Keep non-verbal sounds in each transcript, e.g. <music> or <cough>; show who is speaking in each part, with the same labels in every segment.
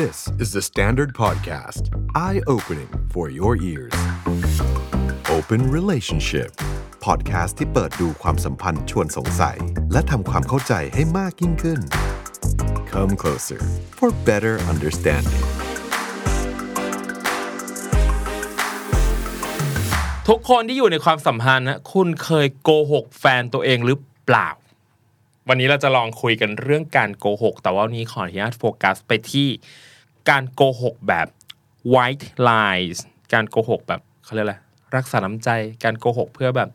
Speaker 1: This is the Standard Podcast. Eye-opening for your ears. Open Relationship. Podcast ที่เปิดดูความสัมพันธ์ชวนสงสัย และทำความเข้าใจให้มากยิ่งขึ้น Come closer for better understanding.
Speaker 2: ทุกคนที่อยู่ในความสัมพันธ์นะคุณเคยโกหกแฟนตัวเองหรือเปล่า วันนี้เราจะลองคุยกันเรื่องการโกหก แต่ว่าวันนี้ขออนุญาตโฟกัสไปที่การโกหกแบบ white lies การโกหกแบบเขาเรียกอะไรรักษาน้ำใจ การโกหกเพื่อแบบ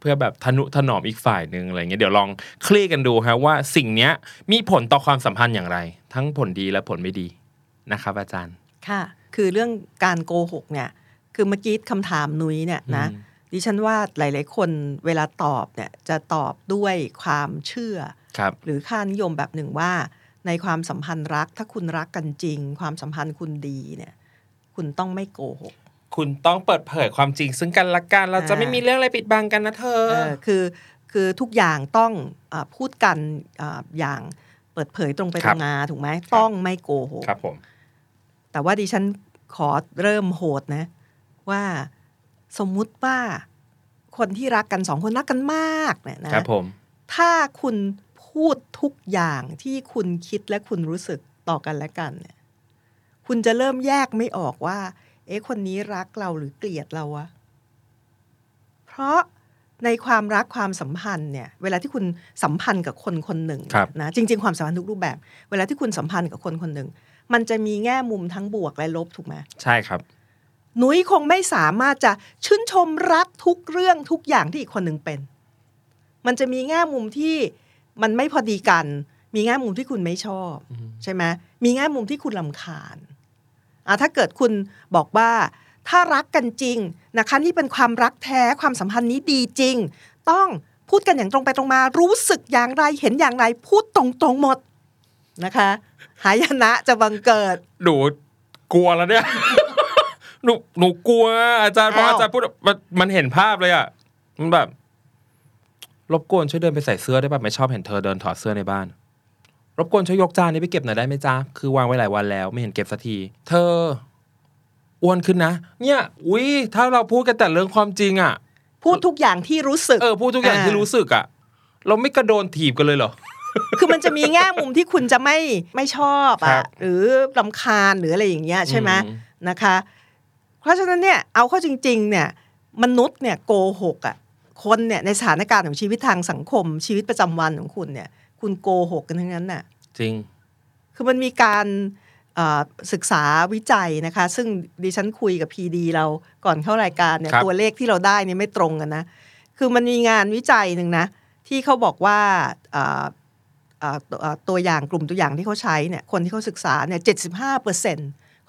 Speaker 2: เพื่อแบบทนุถนอมอีกฝ่ายหนึ่งอะไรเงี้ยเดี๋ยวลองคลี่กันดูฮะว่าสิ่งเนี้ยมีผลต่อความสัมพันธ์อย่างไร ทั้งผลดีและผลไม่ดีนะครับ อาจารย์
Speaker 3: ค่ะ คือเรื่องการโกหกเนี่ย คือเมื่อกี้คำถามนุ้ยเนี่ยนะ
Speaker 2: อืม
Speaker 3: ดิฉันว่าหลาย ๆ คนเวลาตอบเนี่ยจะตอบด้วยความเชื่อ
Speaker 2: ครับ
Speaker 3: หรือค่านิยมแบบหนึ่งว่า ในความสัมพันธ์รัก ถ้าคุณรักกันจริง ความสัมพันธ์คุณดีเนี่ย คุณต้องไม่โกหก
Speaker 2: คุณต้องเปิดเผยความจริงซึ่งกันและกัน เราจะ
Speaker 3: อ่า
Speaker 2: ไม่มีเรื่องอะไรปิดบังกันนะเธอ
Speaker 3: เออคือคือทุกอย่างต้องเออพูดกันเอออย่างเปิดเผยตรงไป
Speaker 2: ค
Speaker 3: ต
Speaker 2: รั
Speaker 3: ร
Speaker 2: บ
Speaker 3: งมาถูกไหมต้องไม่โกหก
Speaker 2: ครับผม
Speaker 3: แต่ว่าดิฉันขอเริ่มโหดนะ ว่าสมมุติว่าคนที่รักกันสองคนรักกันมากเนี่ยนะครับ
Speaker 2: ผม
Speaker 3: ถ้าคุณพูดทุกอย่างที่คุณคิดและคุณรู้สึกต่อกันและกันเนี่ย คุณจะเริ่มแยกไม่ออกว่า เอ๊ะคนนี้รักเราหรือเกลียดเราอะเพราะในความรักความสัมพันธ์เนี่ย เวลาที่คุณสัมพันธ์กับคนคนหนึ่ง
Speaker 2: ครับ
Speaker 3: นะจริง ๆ ความสัมพันธ์ทุกรูปแบบ เวลาที่คุณสัมพันธ์กับคนคนหนึ่ง มันจะมีแง่มุมทั้งบวกและลบถูกไหม
Speaker 2: ใช่ครับ
Speaker 3: หนุ้ยคงไม่สามารถจะชื่นชมรักทุกเรื่องทุกอย่างที่อีกคนหนึ่งเป็น มันจะมีแง่มุมที่มันไม่พอดีกัน มีแง่มุมที่คุณไม่ชอบ ใช่ไหมมีแง่มุมที่คุณลำคาญอ่ะถ้าเกิดคุณบอกว่า ถ้ารักกันจริงนะคะนี่เป็นความรักแท้ความสัมพันธ์นี้ดีจริง ต้องพูดกันอย่างตรงไปตรงมารู้สึกอย่างไรเห็นอย่างไร พูดตรงๆหมดนะคะหายนะจะบังเกิด
Speaker 2: หนูกลัวแล้วเนี่ย <laughs> หนูหนูกลัว อาจารย์เพราะ
Speaker 3: อ้าว
Speaker 2: อาจารย์พูดมันมันเห็นภาพเลยอ่ะ มันแบบ รบกวนช่วยเดินไปใส่เสื้อได้ป่ะไม่ชอบเห็นเธอเดินถอดเสื้อในบ้าน รบกวนช่วยยกจานนี้ไปเก็บหน่อยได้ไหมจ้าคือวางไว้หลายวันแล้ว ไม่เห็นเก็บสักที เธออ้วนขึ้นนะ เนี่ย อุ้ยถ้าเราพูดกันแต่เรื่องความจริงอ่ะ
Speaker 3: พูดทุกอย่างที่รู้สึก
Speaker 2: เออพูดทุกอย่างที่รู้สึกอ่ะ เราไม่กระโดนถีบกันเลยเหรอ
Speaker 3: คือมันจะมีแง่มุมที่คุณจะไม่ไม่ชอบ
Speaker 2: ครั
Speaker 3: อ่ะ
Speaker 2: บ
Speaker 3: หรือลำคาญหรืออะไรอย่างเงี้ยใช่ไหม
Speaker 2: อืม
Speaker 3: นะคะ เพราะฉะนั้นเนี่ยเอาเข้าจริง ๆ เนี่ย มนุษย์เนี่ยโกหกอ่ะคนเนี่ยในสถานการณ์ของชีวิตทางสังคม ชีวิตประจำวันของคุณเนี่ย คุณโกหกกันทั้งนั้นน่ะ
Speaker 2: จริง
Speaker 3: คือมันมีการเอ่อศึกษาวิจัยนะคะ ซึ่งดิฉันคุยกับพีดีเราก่อนเข้ารายการเนี่ย
Speaker 2: ครับ
Speaker 3: ตัวเลขที่เราได้เนี่ยไม่ตรงกันนะ คือมันมีงานวิจัยหนึ่งนะ ที่เขาบอกว่าเอ่อเอ่อตัวเอ่อตัวอย่างกลุ่มตัวอย่างที่เขาใช้เนี่ยคนที่เขาศึกษาเนี่ยเจ็ดสิบห้าเปอร์เซ็น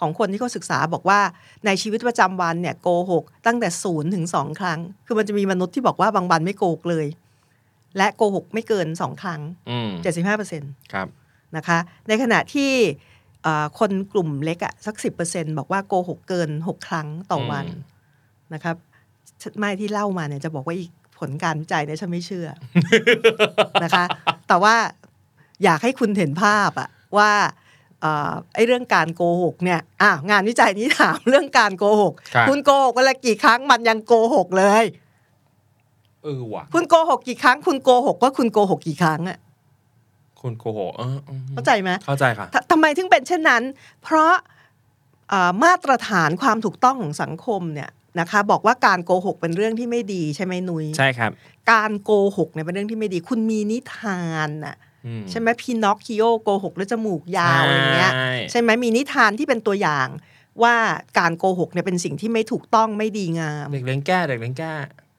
Speaker 3: ของคนที่เขาศึกษาบอกว่าในชีวิตประจำวันเนี่ยโกหกตั้งแต่ศูนย์ถึงสองครั้ง คือมันจะมีมนุษย์ที่บอกว่าบางวันไม่โกหกเลย และโกหกไม่เกินสองครั้ง
Speaker 2: อืม
Speaker 3: เจ็ดสิบห้าเปอร์เซ็น
Speaker 2: ครับ
Speaker 3: นะคะในขณะที่เอ่อคนกลุ่มเล็กอะสักสิบเปอร์เซ็นบอกว่าโกหกเกินหกครั้งต่อวัน
Speaker 2: อืม
Speaker 3: นะครับไม่ที่เล่ามาเนี่ยจะบอกว่าอีกผลการวิจัยเนี่ยฉันไม่เชื่อ
Speaker 2: <laughs>
Speaker 3: นะคะ แต่ว่าอยากให้คุณเห็นภาพอะว่าเอ่อไอ้เรื่องการโกหกเนี่ยอ่ะงานวิจัยนี้ถาม <laughs> เรื่องการโกหก
Speaker 2: ครับ
Speaker 3: คุณโกหกวันละกี่ครั้งมันยังโกหกเลย
Speaker 2: เออว่ะ
Speaker 3: คุณโกหกกี่ครั้ง คุณโกหกว่าคุณโกหกกี่ครั้งอะ
Speaker 2: คุณโกหกเอออืม
Speaker 3: เข้าใจไหม
Speaker 2: เข้าใจค่ะ
Speaker 3: ททำไมถึงเป็นเช่นนั้น เพราะเอ่อมาตรฐานความถูกต้องของสังคมเนี่ยนะคะบอกว่าการโกหกเป็นเรื่องที่ไม่ดีใช่ไหมนุย
Speaker 2: ใช่ครับ
Speaker 3: การโกหกเนี่ยเป็นเรื่องที่ไม่ดี คุณมีนิทานน่ะ
Speaker 2: อื
Speaker 3: ใช่ไหมพีนอคคิโอโกหกแล้วจมูกยาวอะไรเงี้ย
Speaker 2: ใช่
Speaker 3: ใช่ไหมมีนิทานที่เป็นตัวอย่างว่าการโกหกเนี่ยเป็นสิ่งที่ไม่ถูกต้องไม่ดีงาม
Speaker 2: เด็กเลี้ยงแก้เด็กเลี้ยงแก้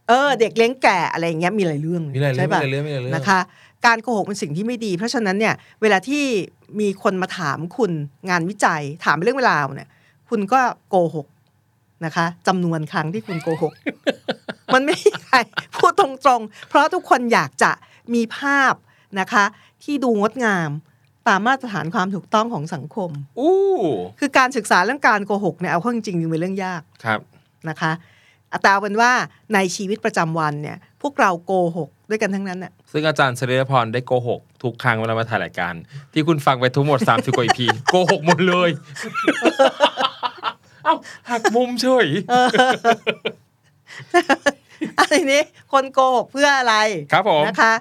Speaker 3: เออเด็กเลี้ยงแกะอะไรอย่างเงี้ยมีหลายเรื่อง
Speaker 2: มีอะไรเรื่อง
Speaker 3: ใช่
Speaker 2: มี
Speaker 3: ปะ
Speaker 2: อะไรเรื่องมีอะไรเรื่อง
Speaker 3: นะคะการโกหกเป็นสิ่งที่ไม่ดี เพราะฉะนั้นเนี่ยเวลาที่มีคนมาถามคุณงานวิจัย ถามเรื่องเวลาวเนี่ย คุณก็โกหกนะคะจำนวนครั้งที่คุณโกหก <laughs> มันไม่มีใครพูดตรงๆ เพราะทุกคนอยากจะมีภาพนะคะ ที่ดูงดงามตามมาตรฐานความถูกต้องของสังคม
Speaker 2: อู้
Speaker 3: คือการศึกษาเรื่องการโกหกเนี่ยเอาเข้าจริงๆมันเป็นเรื่องยาก
Speaker 2: ครับ
Speaker 3: นะคะแต่เอาเป็นว่าในชีวิตประจำวันเนี่ย พวกเราโกหกด้วยกันทั้งนั้นน่ะ
Speaker 2: ซึ่งอาจารย์เสรีพรได้โกหกทุกครั้งเวลามาถ่ายรายการ ที่คุณฟังไปทั้งหมด 30กว่า
Speaker 3: <laughs>
Speaker 2: EP โกหกหมดเลย เอ้าหักมุมเฉย
Speaker 3: อะไรนี้คนโกหกเพื่ออะไร
Speaker 2: ครับผม
Speaker 3: นะคะ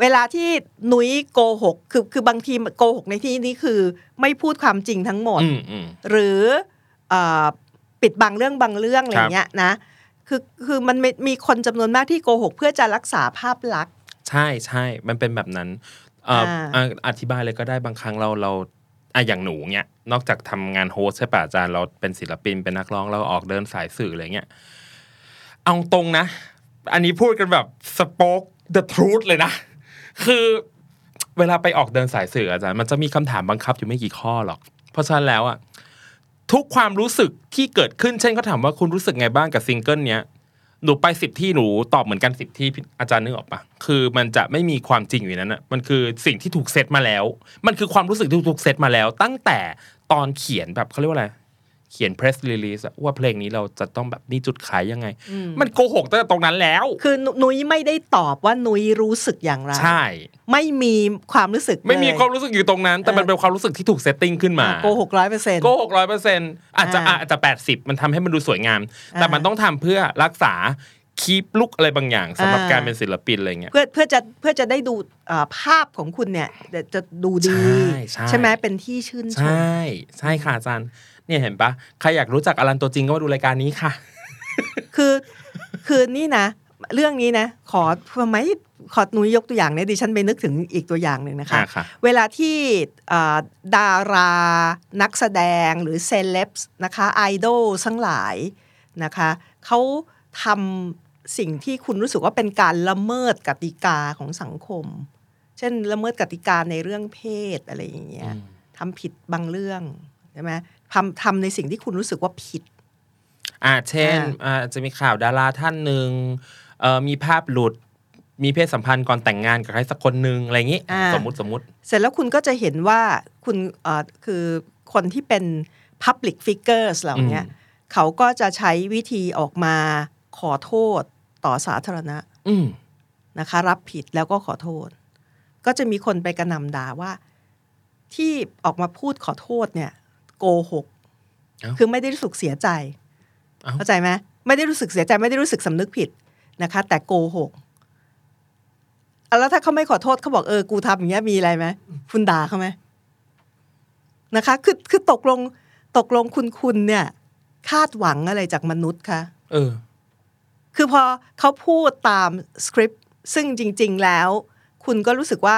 Speaker 3: เวลาที่หนุยโกหกคือคือบางทีโกหกในที่นี้คือไม่พูดความจริงทั้งหมด
Speaker 2: อืมอืม
Speaker 3: หรือเออปิดบังเรื่องบางเรื่องอะไรอย่างเงี้ยนะคือคือมันมีมีคนจำนวนมากที่โกหก เพื่อจะรักษาภาพลักษณ์
Speaker 2: ใช่ใช่มันเป็นแบบนั้นเอ่อ
Speaker 3: อ่า
Speaker 2: อ่ะอธิบายเลยก็ได้บางครั้งเราเราอ่ะอย่างหนูเนี้ยนอกจากทำงานโฮสต์ใช่ป่ะอาจารย์เราเป็นศิลปินเป็นนักร้องเราออกเดินสายสื่ออะไรเงี้ยเอาตรงนะ อันนี้พูดกันแบบสป o อ e เดอะทรู h เลยนะ คือเวลาไปออกเดินสายสื่ออาจารย์มันจะมีคำถามบังคับอยู่ไม่กี่ข้อหรอก เพราะฉะนั้นแล้วอะทุกความรู้สึกที่เกิดขึ้นเช่นเขาถามว่าคุณรู้สึกไงบ้างกับซิงเกิลเนี้ย หนูไปสิบที่หนูตอบเหมือนกันสิบที่พี่อาจารย์นึกออกปะคือมันจะไม่มีความจริงอยู่ในนั้นอ่ะมันคือสิ่งที่ถูกเซตมาแล้ว มันคือความรู้สึกที่ถูกเซตมาแล้ว ตั้งแต่ตอนเขียนแบบเขาเรียกว่าอะไร เขียน press release อะว่าเพลงนี้เราจะต้องแบบนี่จุดขายยังไง มันโกหกตั้งแต่ตรงนั้นแล้ว
Speaker 3: คือหนุหนุยไม่ได้ตอบว่าหนุยรู้สึกอย่างไร
Speaker 2: ใช่
Speaker 3: ไม่มีความรู้สึก
Speaker 2: ไม่มี
Speaker 3: เลย
Speaker 2: ความรู้สึกอยู่ตรงนั้น แต่มัน
Speaker 3: เออ
Speaker 2: เป็นความรู้สึกที่ถูกเซตติ้งขึ้นมา
Speaker 3: โกหกร้อยเปอร์เซ็นต์
Speaker 2: โกหกร้อยเปอร์เซ็นต์อาจจะ
Speaker 3: อ่า
Speaker 2: อาจจะแปดสิบมันทำให้มันดูสวยงาม แต่
Speaker 3: อ่ามั
Speaker 2: มันต้องทำเพื่อรักษาคีปลุกอะไรบางอย่างสำหรับ
Speaker 3: อ่า
Speaker 2: การเป็นศิลปินอะไรเงี้ย
Speaker 3: เพื่อเพื่อจะเพื่อจะได้ดูเอ่อภาพของคุณเนี่ยจะจะดูดี
Speaker 2: ใช่ใช่
Speaker 3: ใช่ไหมเป็นที่ชื่นช
Speaker 2: ใช
Speaker 3: ม่
Speaker 2: ใช่ค่ะอาจารย์ เนี่ยเห็นปะใครอยากรู้จักอลันตัวจริงก็มาดูรายการนี้ค่ะ
Speaker 3: คือคือนี่นะ เรื่องนี้นะ ขอทำไมขอหนุยยกตัวอย่างเนี่ยดิฉันไปนึกถึงอีกตัวอย่างหนึ่งนะคะ
Speaker 2: อ่าค่ะ
Speaker 3: เวลาที่เอ่อดารานักแสดงหรือเซเลบส์นะคะไอดอลทั้งหลายนะคะเขาทำสิ่งที่คุณรู้สึกว่าเป็นการละเมิดกติกาของสังคม เช่นละเมิดกติกาในเรื่องเพศอะไรอย่างเงี้ยทำผิดบางเรื่องใช่ไหมทำทำในสิ่งที่คุณรู้สึกว่าผิด
Speaker 2: อ่าเช่น
Speaker 3: อ่า
Speaker 2: อ่าจะมีข่าวดาราท่านหนึ่งเอ่อมีภาพหลุด มีเพศสัมพันธ์ก่อนแต่งงานกับใครสักคนหนึ่งอะไรอย่างงี้
Speaker 3: อ่า
Speaker 2: สมมติสมมติ
Speaker 3: เสร็จแล้วคุณก็จะเห็นว่าคุณเอ่อคือคนที่เป็น Public Figures เหล่าเนี้ย
Speaker 2: อืม
Speaker 3: เขาก็จะใช้วิธีออกมาขอโทษต่อสาธารณะ
Speaker 2: อืม
Speaker 3: นะคะ รับผิดแล้วก็ขอโทษ ก็จะมีคนไปกระหนำด่าว่าที่ออกมาพูดขอโทษเนี่ยโกหก
Speaker 2: า
Speaker 3: คือไม่ได้รู้สึกเสียใจ
Speaker 2: เอ้า
Speaker 3: เข้าใจไหมไม่ได้รู้สึกเสียใจไม่ได้รู้สึกสำนึกผิดนะคะ แต่โกหกอ่ะแล้วถ้าเขาไม่ขอโทษเขาบอกเออกูทำอย่างเงี้ยมีอะไรไหมคุณด่าเขาไหมนะคะคือคือตกลงตกลงคุณคุณเนี่ย คาดหวังอะไรจากมนุษย์คะ
Speaker 2: เออ
Speaker 3: คือพอเขาพูดตามสคริปต์ซึ่งจริง ๆ แล้ว คุณก็รู้สึกว่า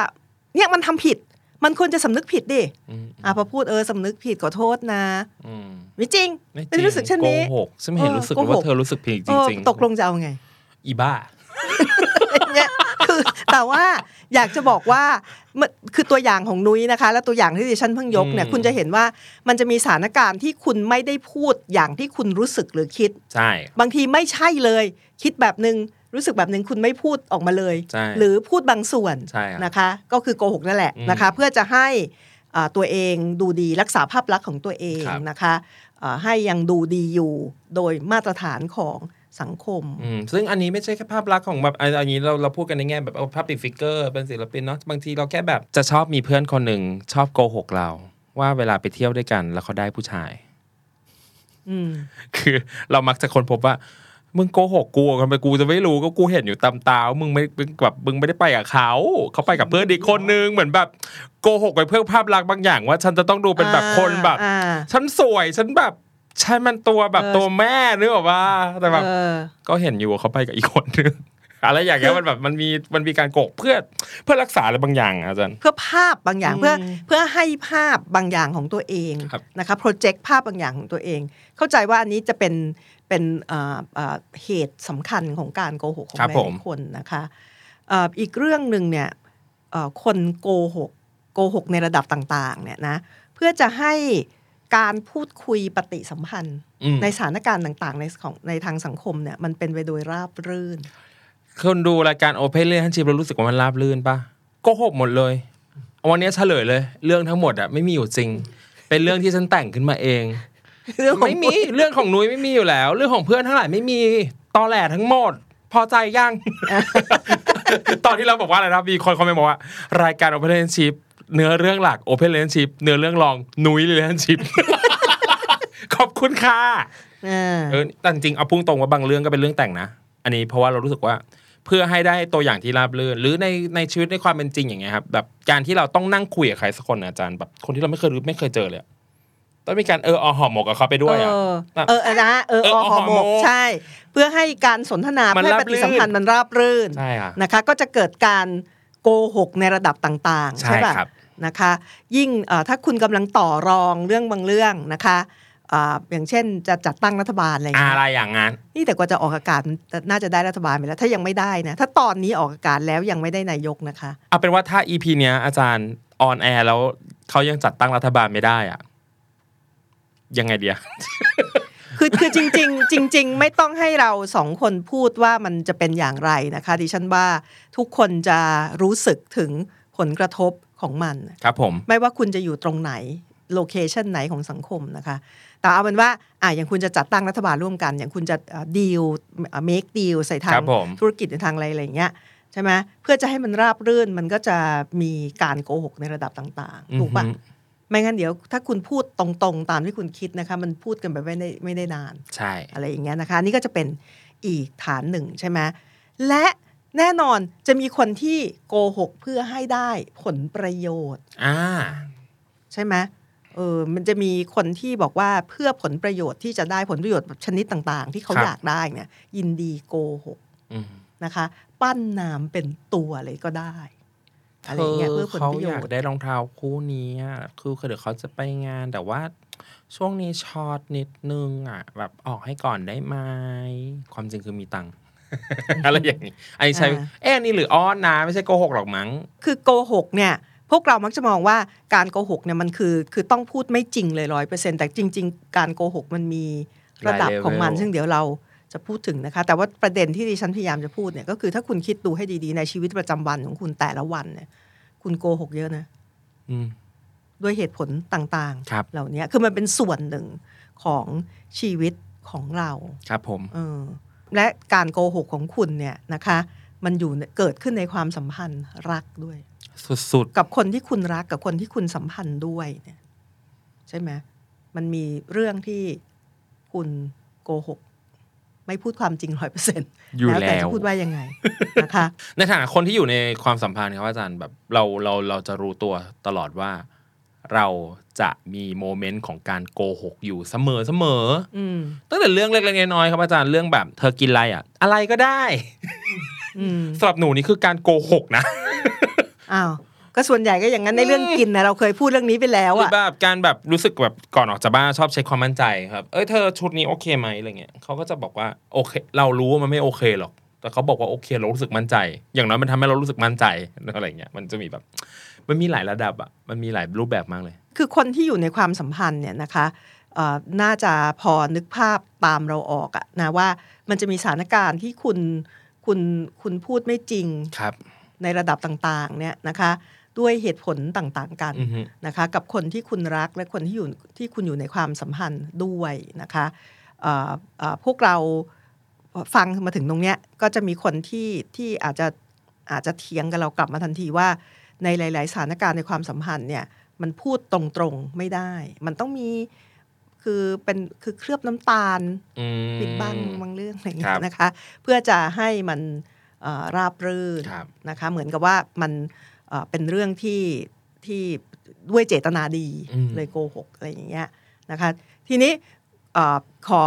Speaker 3: เนี่ยมันทำผิด มันควรจะสำนึกผิดดิ
Speaker 2: อืม
Speaker 3: อ่ะพอพูดเออสำนึกผิดขอโทษนะ
Speaker 2: อืม
Speaker 3: ไม่จริง
Speaker 2: ไม่จ
Speaker 3: ไม่
Speaker 2: ริง
Speaker 3: รู้สึกเช่นนี้
Speaker 2: โกหกซึ่งไม่เห็น
Speaker 3: เออ
Speaker 2: รู้สึก
Speaker 3: โกหก
Speaker 2: ว่าเธอรู้สึกผิดจ
Speaker 3: เออ
Speaker 2: ริงๆ
Speaker 3: ตกลงจะเอาไง
Speaker 2: อีบ้า
Speaker 3: เนี่ยคือแต่ว่าอยากจะบอกว่ามันคือตัวอย่างของนุ้ยนะคะ และตัวอย่างที่ดิฉันเพิ่งยกเนี่ย
Speaker 2: อืม
Speaker 3: คุณจะเห็นว่ามันจะมีสถานการณ์ที่คุณไม่ได้พูดอย่างที่คุณรู้สึกหรือคิด
Speaker 2: ใช่
Speaker 3: บางทีไม่ใช่เลย คิดแบบหนึ่งรู้สึกแบบหนึ่งคุณไม่พูดออกมาเลย
Speaker 2: ใช่
Speaker 3: หรือพูดบางส่วน
Speaker 2: ใช่ครับ
Speaker 3: นะคะ ก็คือโกหกนั่นแหละนะคะ เพื่อจะให้อ่าตัวเองดูดีรักษาภาพลักษณ์ของตัวเอง
Speaker 2: ครับ
Speaker 3: นะคะอ่าให้ยังดูดีอยู่โดยมาตรฐานของสังคม
Speaker 2: อืมซึ่งอันนี้ไม่ใช่แค่ภาพลักษณ์ของแบบอันอันนี้เราเราพูดกันในแง่แบบภาพติฟิกเกอร์เป็นศิลปินเนาะบางทีเราแค่แบบจะชอบมีเพื่อนคนหนึ่งชอบโกหกเรา ว่าเวลาไปเที่ยวด้วยกันแล้วเขาได้ผู้ชาย <laughs>
Speaker 3: อืม
Speaker 2: คือเรามักจะคนพบว่า มึงโกหกกูกันไปกูจะไม่รู้ก็กูเห็นอยู่ตามตาว่ามึงไม่มึงแบบมึงไม่ได้ไปกับเขาเขาไปกับเพื่อนอีกคนนึงเหมือนแบบโกหกไปเพื่อภาพลักษณ์บางอย่างว่า ฉันจะต้องดูเป็นแบบคนแบบ
Speaker 3: อ่า
Speaker 2: ฉันสวยฉันแบบฉันมันตัวแบบตัวแม่นึกออกว่าแต่แบบ
Speaker 3: เออ
Speaker 2: ก็เห็นอยู่ว่าเขาไปกับอีกคนนึง <laughs> อะไรอย่างเงี้ยมันแบบมันมีมันมีการโกกเพื่อเพื่อรักษาอะไรบางอย่างอะอาจารย์
Speaker 3: เพื่อภาพบางอย่าง
Speaker 2: อืม
Speaker 3: เพื่อเพื่อให้ภาพบางอย่างของตัวเอง
Speaker 2: ครับ
Speaker 3: นะคะโปรเจกต์ภาพบางอย่างของตัวเอง เข้าใจว่าอันนี้จะเป็นเป็นเอ่อเอ่อเหตุสำคัญของการโกหกของ
Speaker 2: ครับ
Speaker 3: ห
Speaker 2: ผม
Speaker 3: ลายๆคนนะคะเอ่ออีกเรื่องหนึ่งเนี่ยเอ่อคนโกหกโกหกในระดับต่างๆเนี่ยนะเพื่อจะให้การพูดคุยปฏิสัมพันธ์
Speaker 2: อืม
Speaker 3: ในสถานการณ์ต่างๆในของในทางสังคมเนี่ยมันเป็นไปโดยราบรื่น
Speaker 2: คนดูรายการโอเพนเรื่องชิปเรารู้สึกว่ามันราบรื่นปะโกหกหมดเลยวันนี้เฉลยเลย เรื่องทั้งหมดอะไม่มีอยู่จริง เป็นเรื่องที่ฉันแต่งขึ้นมาเอง ไม่มีเรื่องของนุ้ยไม่มีอยู่แล้ว เรื่องของเพื่อนทั้งหลายไม่มีตอแหลทั้งหมด พอใจยัง <laughs> ตอนที่เราบอกว่าอะไรนะมีคนคอมเมนต์บอกว่า รายการ Open Relationship เนื้อเรื่องหลัก Open Relationship เนื้อเรื่องรองนุ้ย Relationship <laughs> ขอบคุณค่ะ
Speaker 3: อ่า
Speaker 2: เออแต่จริงๆเอาพุ่งตรงว่าบางเรื่องก็เป็นเรื่องแต่งนะ อันนี้เพราะว่าเรารู้สึกว่าเพื่อให้ได้ตัวอย่างที่ราบรื่นหรือในในชีวิตในความเป็นจริงอย่างเงี้ยครับแบบการที่เราต้องนั่งคุยกับใครสักคนนะอาจารย์แบบคนที่เราไม่เคยรู้ไม่เคยเจอเลยอะต้องมีการเออเอาหอมหมกกับเขาไปด้วยอะ
Speaker 3: เออเออนะเออ
Speaker 2: เออ
Speaker 3: อฮอร์โม
Speaker 2: ฮ
Speaker 3: น
Speaker 2: อร์โมน
Speaker 3: ใช่ เพื่อให้การสนทนา
Speaker 2: มัน
Speaker 3: เพื่อให้ป
Speaker 2: ราบรื่
Speaker 3: ฏิ
Speaker 2: น
Speaker 3: สัมพันธ์มันราบรื่น
Speaker 2: ใช่ค่ะ
Speaker 3: นะคะ ก็จะเกิดการโกหกในระดับต่าง ๆ
Speaker 2: ใช่
Speaker 3: ใช่ป่ะ
Speaker 2: ครับ
Speaker 3: นะคะ ยิ่งเอ่อถ้าคุณกำลังต่อรองเรื่องบางเรื่องนะคะอ่าอย่างเช่นจะจัดตั้งรัฐบาลอะไรอย่าง
Speaker 2: อะ
Speaker 3: เงี้ย
Speaker 2: ไรอย่างนั้น
Speaker 3: นี่แต่กว่าจะออกอากาศมันน่าจะได้รัฐบาลไปแล้ว ถ้ายังไม่ได้นะ ถ้าตอนนี้ออกอากาศแล้วยังไม่ได้นายกนะคะ
Speaker 2: เอาเป็นว่าถ้า EP เนี้ยอาจารย์ออนแอร์แล้วเขายังจัดตั้งรัฐบาลไม่ได้อะยังไงเดีย
Speaker 3: คือคือจริง ๆ จริง ๆ ไม่ต้องให้เราสองคนพูดว่ามันจะเป็นอย่างไรนะคะ ดิฉันว่าทุกคนจะรู้สึกถึงผลกระทบของมัน
Speaker 2: ครับผม
Speaker 3: ไม่ว่าคุณจะอยู่ตรงไหนโลเคชันไหนของสังคมนะคะ แต่เอาเป็นว่าอ่ะอย่างคุณจะจัดตั้งรัฐบาลร่วมกัน อย่างคุณจะดีลเมคดีลใส่ทา
Speaker 2: ค
Speaker 3: ง
Speaker 2: รับผม
Speaker 3: ธุรกิจในทางอะไรอะไรอย่างเงี้ยใช่ไหมเพื่อจะให้มันราบรื่นมันก็จะมีการโกหกในระดับต่างๆ ถูกปะ
Speaker 2: อือหือ
Speaker 3: ไม่งั้นเดี๋ยวถ้าคุณพูดตรงๆ ตามที่คุณคิดนะคะ มันพูดกันไปไม่ได้ไม่ได้นาน
Speaker 2: ใช่
Speaker 3: อะไรอย่างเงี้ยนะคะอันนี่ก็จะเป็นอีกฐานหนึ่งใช่ไหมและแน่นอนจะมีคนที่โกหกเพื่อให้ได้ผลประโยชน์
Speaker 2: อ่า
Speaker 3: ใช่ไหมเออ มันจะมีคนที่บอกว่าเพื่อผลประโยชน์ที่จะได้ผลประโยชน์ชนิดต่างๆ ที่เขา
Speaker 2: ครับ
Speaker 3: อยากได้เนี่ย ยินดีโกหก
Speaker 2: อืม
Speaker 3: นะคะ ปั้นน้ำเป็นตัวเลยก็ได้อะไรอย่างเงี้ยเพื่อผล
Speaker 2: เขา
Speaker 3: ป
Speaker 2: อ
Speaker 3: ระโย
Speaker 2: ยาก
Speaker 3: ชน์
Speaker 2: ได้รองเท้าคู่นี้อะคือเดี๋ยวเขาจะไปงาน แต่ว่า ช่วงนี้ช็อตนิดนึงอ่ะ แบบออกให้ก่อนได้ไหมความจริงคือมีตังค์ <laughs> อะไรอย่างนี้ไอ้ใช่เอ๊ะอันนี่หรืออ้อนนะไม่ใช่โกหกหรอกมั้ง
Speaker 3: คือโกหกเนี่ย พวกเรามักจะมองว่าการโกหกเนี่ยมันคือคือต้องพูดไม่จริงเลยร้อยเปอร์เซ็นต์แต่จริง ๆ การโกหกมันมีระดับ
Speaker 2: หลาย
Speaker 3: ของมัน ซึ่งเดี๋ยวเราจะพูดถึงนะคะ แต่ว่าประเด็นที่ดิฉันพยายามจะพูดเนี่ยก็คือถ้าคุณคิดดูให้ดีๆในชีวิตประจำวันของคุณแต่ละวันเนี่ย คุณโกหกเยอะนะ
Speaker 2: อืม
Speaker 3: ด้วยเหตุผลต่าง
Speaker 2: ครับ
Speaker 3: ๆ เหล่านี้คือมันเป็นส่วนหนึ่งของชีวิตของเรา
Speaker 2: ครับผม
Speaker 3: เออและการโกหกของคุณเนี่ยนะคะ มันอยู่ในเกิดขึ้นในความสัมพันธ์รักด้วย
Speaker 2: สุด
Speaker 3: กับคนที่คุณรักกับคนที่คุณสัมพันธ์ด้วยเนี่ยใช่ไหมมันมีเรื่องที่คุณโกหก ไม่พูดความจริงร้อยเปอร์เซ็นต์
Speaker 2: ๆ อยู่
Speaker 3: แต่
Speaker 2: แล้ว
Speaker 3: จะพูดว่ายังไงนะคะ
Speaker 2: ในฐานะคนที่อยู่ในความสัมพันธ์ครับอาจารย์แบบเราเราเราจะรู้ตัวตลอดว่า เราจะมีโมเมนต์ของการโกหกอยู่เสมอเสมอ
Speaker 3: อืม
Speaker 2: ตั้งแต่เรื่องเล็กๆน้อยๆครับอาจารย์เรื่องแบบเธอกินอะไรอ่ะ อะไรก็ได้
Speaker 3: อืม
Speaker 2: สำหรับหนูนี่คือการโกหกนะ
Speaker 3: อ้าว ก็ส่วนใหญ่ก็อย่างนั้นในเรื่องกินนะเราเคยพูดเรื่องนี้ไปแล้ว
Speaker 2: หรือ
Speaker 3: อะ
Speaker 2: แบบการแบบรู้สึกแบบก่อนออกจากบ้านชอบเช็คความมั่นใจครับเอ้ยเธอชุดนี้โอเคไหมอะไรเงี้ยเขาก็จะบอกว่าโอเค เรารู้ว่ามันไม่โอเคหรอก แต่เขาบอกว่าโอเคเรารู้สึกมั่นใจ อย่างน้อยมันทำให้เรารู้สึกมั่นใจอะไรเงี้ยมันจะมีแบบ มันมีหลายระดับอ่ะมันมีหลายรูปแบบมากเลย
Speaker 3: คือคนที่อยู่ในความสัมพันธ์เนี่ยนะคะเอ่อน่าจะพอนึกภาพตามเราออกอะนะว่ามันจะมีสถานการณ์ที่คุณคุณคุณพูดไม่จริง
Speaker 2: ครับ
Speaker 3: ในระดับต่างๆเนี่ยนะคะด้วยเหตุผลต่างๆกัน
Speaker 2: อือฮึ
Speaker 3: นะคะกับคนที่คุณรักและคนที่อยู่ที่คุณอยู่ในความสัมพันธ์ด้วยนะคะเอ่อเอ่อพวกเราฟังมาถึงตรงเนี้ยก็จะมีคนที่ที่อาจจะอาจจะเถียงกับเรากลับมาทันทีว่า ในหลาย ๆ สถานการณ์ในความสัมพันธ์เนี่ย มันพูดตรงๆไม่ได้ มันต้องมีคือเป็นคือเคลือบน้ำตาล
Speaker 2: อืม
Speaker 3: ปิดบังบางเรื่องอะไรอย่าง
Speaker 2: ครั
Speaker 3: เงี้
Speaker 2: บ
Speaker 3: ยนะคะ เพื่อจะให้มันเอ่อราบรื่น
Speaker 2: ครับ
Speaker 3: นะคะ เหมือนกับว่ามันเอ่อเป็นเรื่องที่ที่ด้วยเจตนาดี
Speaker 2: อืม
Speaker 3: เลยโกหกอะไรอย่างเงี้ยนะคะ ทีนี้เอ่อขอ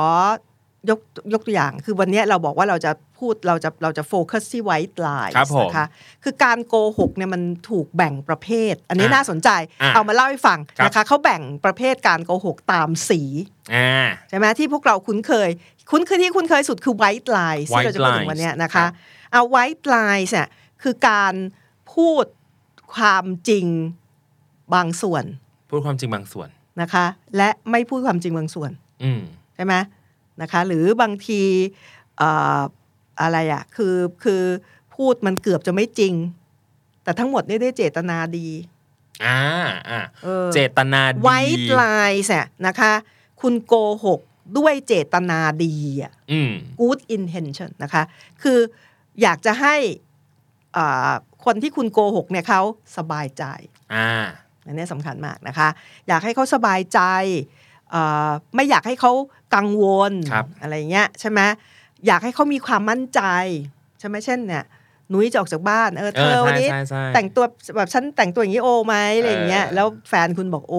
Speaker 3: ยกยกตัวอย่างคือวันเนี้ยเราบอกว่าเราจะพูดเราจะเราจะโฟกัสที่ไวท์ไลน์
Speaker 2: ครับผม
Speaker 3: นะคะ คือการโกหกเนี่ยมันถูกแบ่งประเภท อันนี้
Speaker 2: อ่ะ
Speaker 3: น่าสนใจ
Speaker 2: อ่ะ
Speaker 3: เอามาเล่าให้ฟัง
Speaker 2: ครับ
Speaker 3: นะคะเขาแบ่งประเภทการโกหกตามสี
Speaker 2: อ่า
Speaker 3: ใช่ไหมที่พวกเราคุ้นเคย คุ้นเคยที่คุ้นเคยสุดคือไวท์ไลน์ที่
Speaker 2: White
Speaker 3: เราจะพูดถึงวันเนี้ยนะ
Speaker 2: ครั
Speaker 3: คะ
Speaker 2: บ
Speaker 3: เอาไวท์ไลน์เนี่ยคือการพูดความจริงบางส่วน
Speaker 2: พูดความจริงบางส่วน
Speaker 3: นะคะ และไม่พูดความจริงบางส่วน
Speaker 2: อืม
Speaker 3: ใช่ไหมนะคะหรือบางทีเอ่ออะไรอะคือคือพูดมันเกือบจะไม่จริง แต่ทั้งหมดเนี่ยได้วยเจตนาดี
Speaker 2: อ่าอ่า
Speaker 3: ออ
Speaker 2: เจตนาดี
Speaker 3: ไวท์ไลน์เนี่ยนะคะ คุณโกหก ด้วยเจตนาดีอะ
Speaker 2: อืม
Speaker 3: good intention นะคะ คืออยากจะให้อ่าคนที่คุณโกหกเนี่ยเขาสบายใจ
Speaker 2: อ่า
Speaker 3: อันนี้สำคัญมากนะคะ อยากให้เขาสบายใจเอ่อไม่อยากให้เขากังวล
Speaker 2: ครับ
Speaker 3: อะไรเงี้ยใช่ไหมอยากให้เขามีความมั่นใจใช่ไหมเช่นเนี่ยหนุ้ยจะออกจากบ้านเออเธอวั
Speaker 2: ใช่
Speaker 3: นนี้
Speaker 2: ใช่ใช่
Speaker 3: แต่งตัวแบบฉันแต่งตัวอย่างนี้โอไหมอะไรอย่างเงี้ย
Speaker 2: เออ
Speaker 3: แล้วแฟนคุณบอกโอ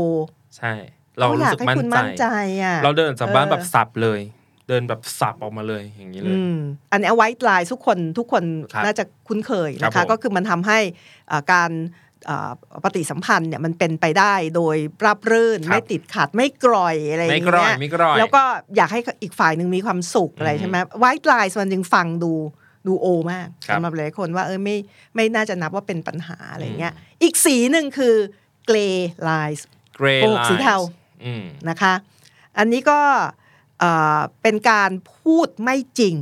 Speaker 2: ใช่ เรา
Speaker 3: อ
Speaker 2: รู้
Speaker 3: ยาก
Speaker 2: สึก
Speaker 3: ให้
Speaker 2: มั่
Speaker 3: คุณ
Speaker 2: น
Speaker 3: มั่น
Speaker 2: ใจ
Speaker 3: ใจอ่ะ
Speaker 2: เราเดินจากบ้านแบบ
Speaker 3: เออ
Speaker 2: สับเลย เดินแบบสับออกมาเลยอย่างนี้เลย
Speaker 3: อืมอันนี้เอาไว้ลายทุกคนทุกคน
Speaker 2: ครับ
Speaker 3: น่าจะคุ้นเคยนะ
Speaker 2: ครั
Speaker 3: คะ
Speaker 2: บผม
Speaker 3: ก็คือมันทำให้เอ่อการเอ่อปฏิสัมพันธ์เนี่ยมันเป็นไปได้โดยราบรื่นไม่ติดขัดไม่กร่อยอะไรอย่าง
Speaker 2: ไม่ก
Speaker 3: เงี้ย
Speaker 2: ร่อยไม่กร่อย
Speaker 3: แล้วก็อยากให้อีกฝ่ายหนึ่งมีความสุขอะไร
Speaker 2: อืม
Speaker 3: ใช่ไหมไวท์ไลน์มันจึงฟังดูดูโอมาก
Speaker 2: ครับ
Speaker 3: สำหรับหลายคนว่าเออไม่ไม่น่าจะนับว่าเป็นปัญหาอะไรเงี้ย อีกสีหนึ่งคือเกรย์ไลน์
Speaker 2: เกรย์
Speaker 3: โกหกสีเทา
Speaker 2: อืม
Speaker 3: นะคะ อันนี้ก็เอ่อเป็นการพูดไม่จริง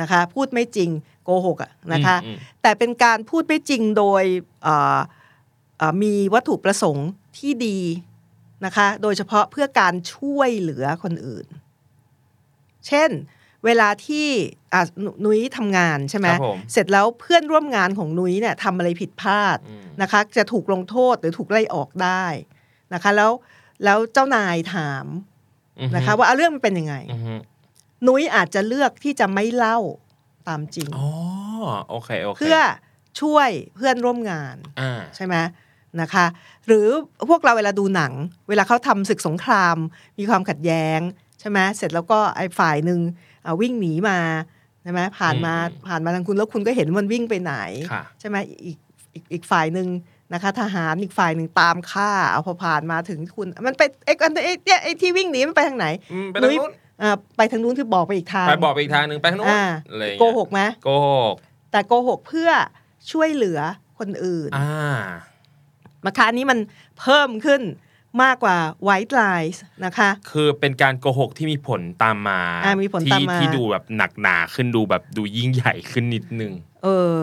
Speaker 3: นะคะ พูดไม่จริงโกหกอะนะคะ
Speaker 2: อืมอืม
Speaker 3: แต่เป็นการพูดไม่จริงโดยเอ่อเอ่อมีวัตถุประสงค์ที่ดีนะคะ โดยเฉพาะเพื่อการช่วยเหลือคนอื่น เช่น เวลาที่อ่ะหนุนุ้ยทำงานใช่ไห
Speaker 2: ครับผม
Speaker 3: เสร็จแล้วเพื่อนร่วมงานของนุ้ยเนี่ยทำอะไรผิดพลาด
Speaker 2: อืม
Speaker 3: นะคะจะถูกลงโทษหรือถูกไล่ออกได้นะคะแล้วแล้วเจ้านายถามนะคะว่าเอาเรื่องมันเป็นยังไง
Speaker 2: อือฮึ
Speaker 3: นุ้ยอาจจะเลือกที่จะไม่เล่าตามจริง
Speaker 2: อ๋อโอเคโอเค
Speaker 3: เพื่อช่วยเพื่อนร่วมงาน
Speaker 2: อ่า
Speaker 3: ใช่ไหมนะคะ หรือพวกเราเวลาดูหนัง เวลาเขาทำศึกสงคราม มีความขัดแย้งใช่ไหมเสร็จแล้วก็ไอ้ฝ่ายหนึ่งอ่ะวิ่งหนีมาใช่ไหมผ่านมา
Speaker 2: อืม
Speaker 3: ผ่านมาทางคุณแล้วคุณก็เห็นมันวิ่งไปไหน
Speaker 2: ค่ะ
Speaker 3: ใช่ไหมอีกอีกอีกฝ่ายหนึ่งนะคะ ทหารอีกฝ่ายหนึ่งตามฆ่าเอาพอผ่านมาถึงคุณ มันไปไอ้อันไอ้เนี่ยไอ้ที่วิ่งหนีมันไปทางไหน
Speaker 2: อืมไปทางนู้น
Speaker 3: เอ่อไปทางนู้นคือบอกไปอีกทาง
Speaker 2: ไปบอกไปอีกทางหนึ่งไปทางนู้น
Speaker 3: อ่า
Speaker 2: อะไรอย่าง
Speaker 3: โก
Speaker 2: เงี้ย
Speaker 3: หกไหม
Speaker 2: โกหก
Speaker 3: แต่โกหกเพื่อช่วยเหลือคนอื่น
Speaker 2: อ่า
Speaker 3: มาคานี้มันเพิ่มขึ้นมากกว่า white lies นะคะ
Speaker 2: คือเป็นการโกหกที่มีผลตามมา
Speaker 3: อ่ามีผล
Speaker 2: ที่
Speaker 3: ตามมา
Speaker 2: ที่ดูแบบหนักหนาขึ้นดูแบบดูยิ่งใหญ่ขึ้นนิดนึง
Speaker 3: เออ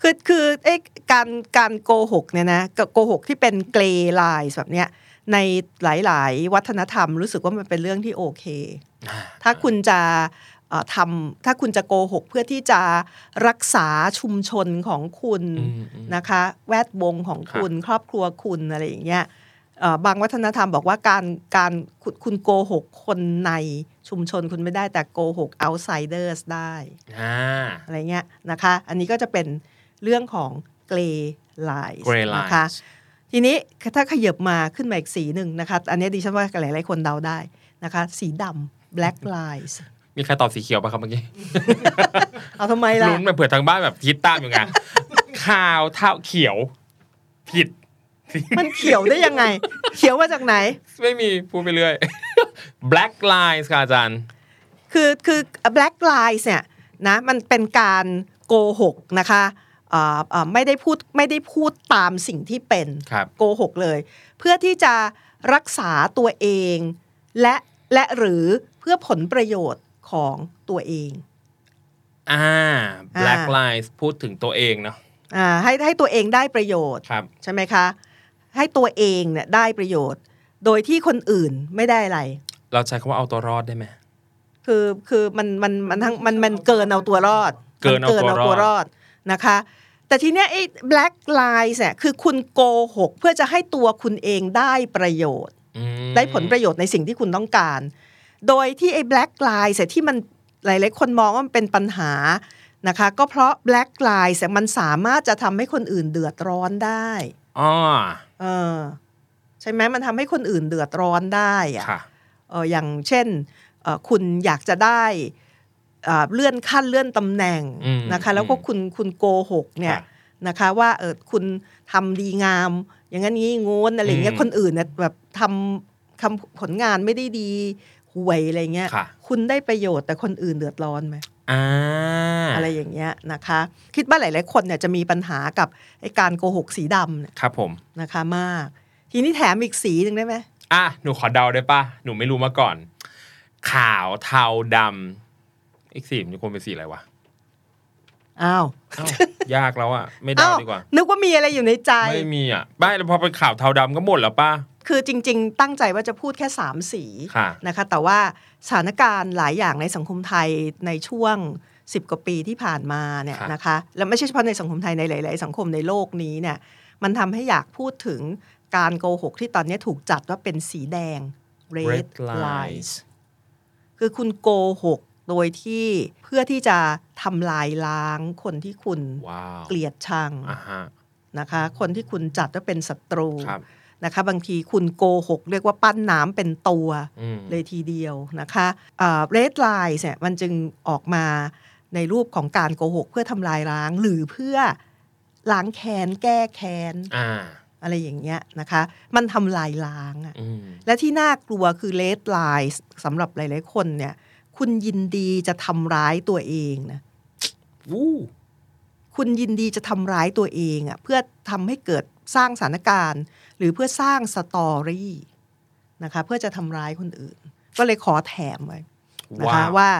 Speaker 3: คือคือไอ้การการโกหกเนี่ยนะกับโกหกที่เป็นเกรย์ไลน์แบบเนี้ยในหลาย ๆ วัฒนธรรมรู้สึกว่ามันเป็นเรื่องที่โอเค ถ้าคุณจะเอ่อทำถ้าคุณจะโกหกเพื่อที่จะรักษาชุมชนของคุณ
Speaker 2: อืมอืม
Speaker 3: นะคะ แวดวงของคุณครอบครัวคุณอะไรอย่างเงี้ยเอ่อบางวัฒนธรรมบอกว่าการการคุณคุณโกหกคนในชุมชนคุณไม่ได้แต่โกหก outsiders ได้
Speaker 2: อ่า
Speaker 3: อะไรเงี้ยนะคะ อันนี้ก็จะเป็นเรื่องของเกรย์ไลน์
Speaker 2: Grey
Speaker 3: นะคะ
Speaker 2: lines
Speaker 3: ทีนี้ถ้าขยับมาขึ้นมาอีกสีหนึ่งนะคะ อันนี้ดิฉันว่าหลายๆคนเดาได้นะคะ สีดำ black lines
Speaker 2: มีใครตอบสีเขียวป่ะครับเมื่อกี้
Speaker 3: เอาทำไมล่ะ
Speaker 2: ลุ้นแบบเผื่อทางบ้านแบบคิดตามอยู่ไง <laughs> ขาวเท้าเขียว ผิด
Speaker 3: มันเขียวได้ยังไง เขียวมาจากไหน
Speaker 2: ไม่มีพูดไปเรื่อย <laughs> black lines ค่ะอาจารย์
Speaker 3: คือคือ black lies เนี่ยนะมันเป็นการโกหกนะคะเอ่อเอ่อไม่ได้พูดไม่ได้พูดตามสิ่งที่เป็น
Speaker 2: ครับ
Speaker 3: โกหกเลย เพื่อที่จะรักษาตัวเอง และและหรือเพื่อผลประโยชน์ของตัวเอง
Speaker 2: อ่า black lines พูดถึงตัวเองเนาะ
Speaker 3: อ่าให้ให้ตัวเองได้ประโยชน์
Speaker 2: ครับ
Speaker 3: ใช่ไหมคะให้ตัวเองเนี่ยได้ประโยชน์ โดยที่คนอื่นไม่ได้อะไร
Speaker 2: เราใช้คำว่าเอาตัวรอดได้ไหม
Speaker 3: คือคือมันมันมันทั้งมันมันเกินเอาตัวรอด
Speaker 2: เกินเอาตัวรอด
Speaker 3: มันะคะ แต่ทีเนี้ยไอ้ black lies เนี่ยคือคุณโกหกเพื่อจะให้ตัวคุณเองได้ประโยชน์
Speaker 2: อืม
Speaker 3: ได้ผลประโยชน์ในสิ่งที่คุณต้องการ โดยที่ไอ้ black line เสียที่มันหลายๆคนมองว่ามันเป็นปัญหานะคะ ก็เพราะ black line เสียมันสามารถจะทำให้คนอื่นเดือดร้อนได้
Speaker 2: อ๋อ
Speaker 3: เออใช่ไหมมันทำให้คนอื่นเดือดร้อนได้อะ
Speaker 2: ค่ะ
Speaker 3: เอออย่างเช่นเอ่อคุณอยากจะได้เอ่อเลื่อนขั้นเลื่อนตำแหน่ง
Speaker 2: อืม
Speaker 3: นะคะ แล้วก็
Speaker 2: อืม
Speaker 3: คุณคุณโกหกเนี่ย
Speaker 2: ค่ะ
Speaker 3: นะคะว่าเออคุณทำดีงาม อย่างนั้นงี้งูนอะไรอย่างเงี้ย
Speaker 2: อืม
Speaker 3: คนอื่นเนี่ยแบบทำคำผลงานไม่ได้ดีห่วยอะไรเงี้ย
Speaker 2: ค่ะ
Speaker 3: คุณได้ประโยชน์แต่คนอื่นเดือดร้อนไหม
Speaker 2: อ่า
Speaker 3: อะไรอย่างเงี้ยนะคะ คิดว่าหลาย ๆ คนเนี่ยจะมีปัญหากับไอ้การโกหกสีดำเนี่ย
Speaker 2: ครับผม
Speaker 3: นะคะมาก ทีนี้แถมอีกสีหนึ่งได้ไหม
Speaker 2: อ่ะ หนูขอเดาได้ปะหนูไม่รู้มาก่อน ขาวเทาดำอีกสีมันควรเป็นสีอะไรวะ
Speaker 3: อ้าว
Speaker 2: เอ้า <laughs> ยากแล้วอ่ะ ไม่
Speaker 3: อ้า
Speaker 2: เดาว ดีกว่า
Speaker 3: นึกว่ามีอะไรอยู่ในใจ
Speaker 2: ไม่มีอ่ะไม่แล้วพอเป็นขาวเทาดำก็หมดแล้วป่ะ
Speaker 3: คือจริง ๆ ตั้งใจว่าจะพูดแค่สามสี
Speaker 2: ค่ะ
Speaker 3: นะคะแต่ว่าสถานการณ์หลายอย่างในสังคมไทยในช่วง 10 กว่าปีที่ผ่านมาเนี่ย
Speaker 2: ครับ
Speaker 3: นะคะแล้วไม่ใช่เฉพาะในสังคมไทยในหลาย ๆ สังคมในโลกนี้เนี่ยมันทำให้อยากพูดถึงการโกหกที่ตอนนี้ถูกจัดว่าเป็นสีแดง red
Speaker 2: Red lies
Speaker 3: lies คือคุณโกหกโดยที่เพื่อที่จะทำลายล้างคนที่คุณ
Speaker 2: ว้าว
Speaker 3: เกลียดชัง
Speaker 2: อ่าฮะ
Speaker 3: นะคะคนที่คุณจัดว่าเป็นศัตรู
Speaker 2: ครับ
Speaker 3: นะคะบางทีคุณโกหกเรียกว่าปั้นน้ำเป็นตัว
Speaker 2: อืม
Speaker 3: เลยทีเดียวนะคะเรดไลน์เนี่ยมันจึงออกมาในรูปของการโกหก เพื่อทำลายล้าง หรือเพื่อล้างแค้นแก้แค้น
Speaker 2: อ่า
Speaker 3: อะไรอย่างเงี้ยนะคะ มันทำลายล้างอะ
Speaker 2: อืม
Speaker 3: และที่น่ากลัวคือเรดไลน์สำหรับหลาย ๆ คนเนี่ย คุณยินดีจะทำร้ายตัวเองนะ
Speaker 2: วู้
Speaker 3: คุณยินดีจะทำร้ายตัวเองอะเพื่อทำให้เกิดสร้างสถานการณ์ หรือเพื่อสร้างสตอรี่นะคะเพื่อจะทำร้ายคนอื่น ก็เลยขอแถมไว้ นะ
Speaker 2: ว้า
Speaker 3: คะ
Speaker 2: ว
Speaker 3: ว่า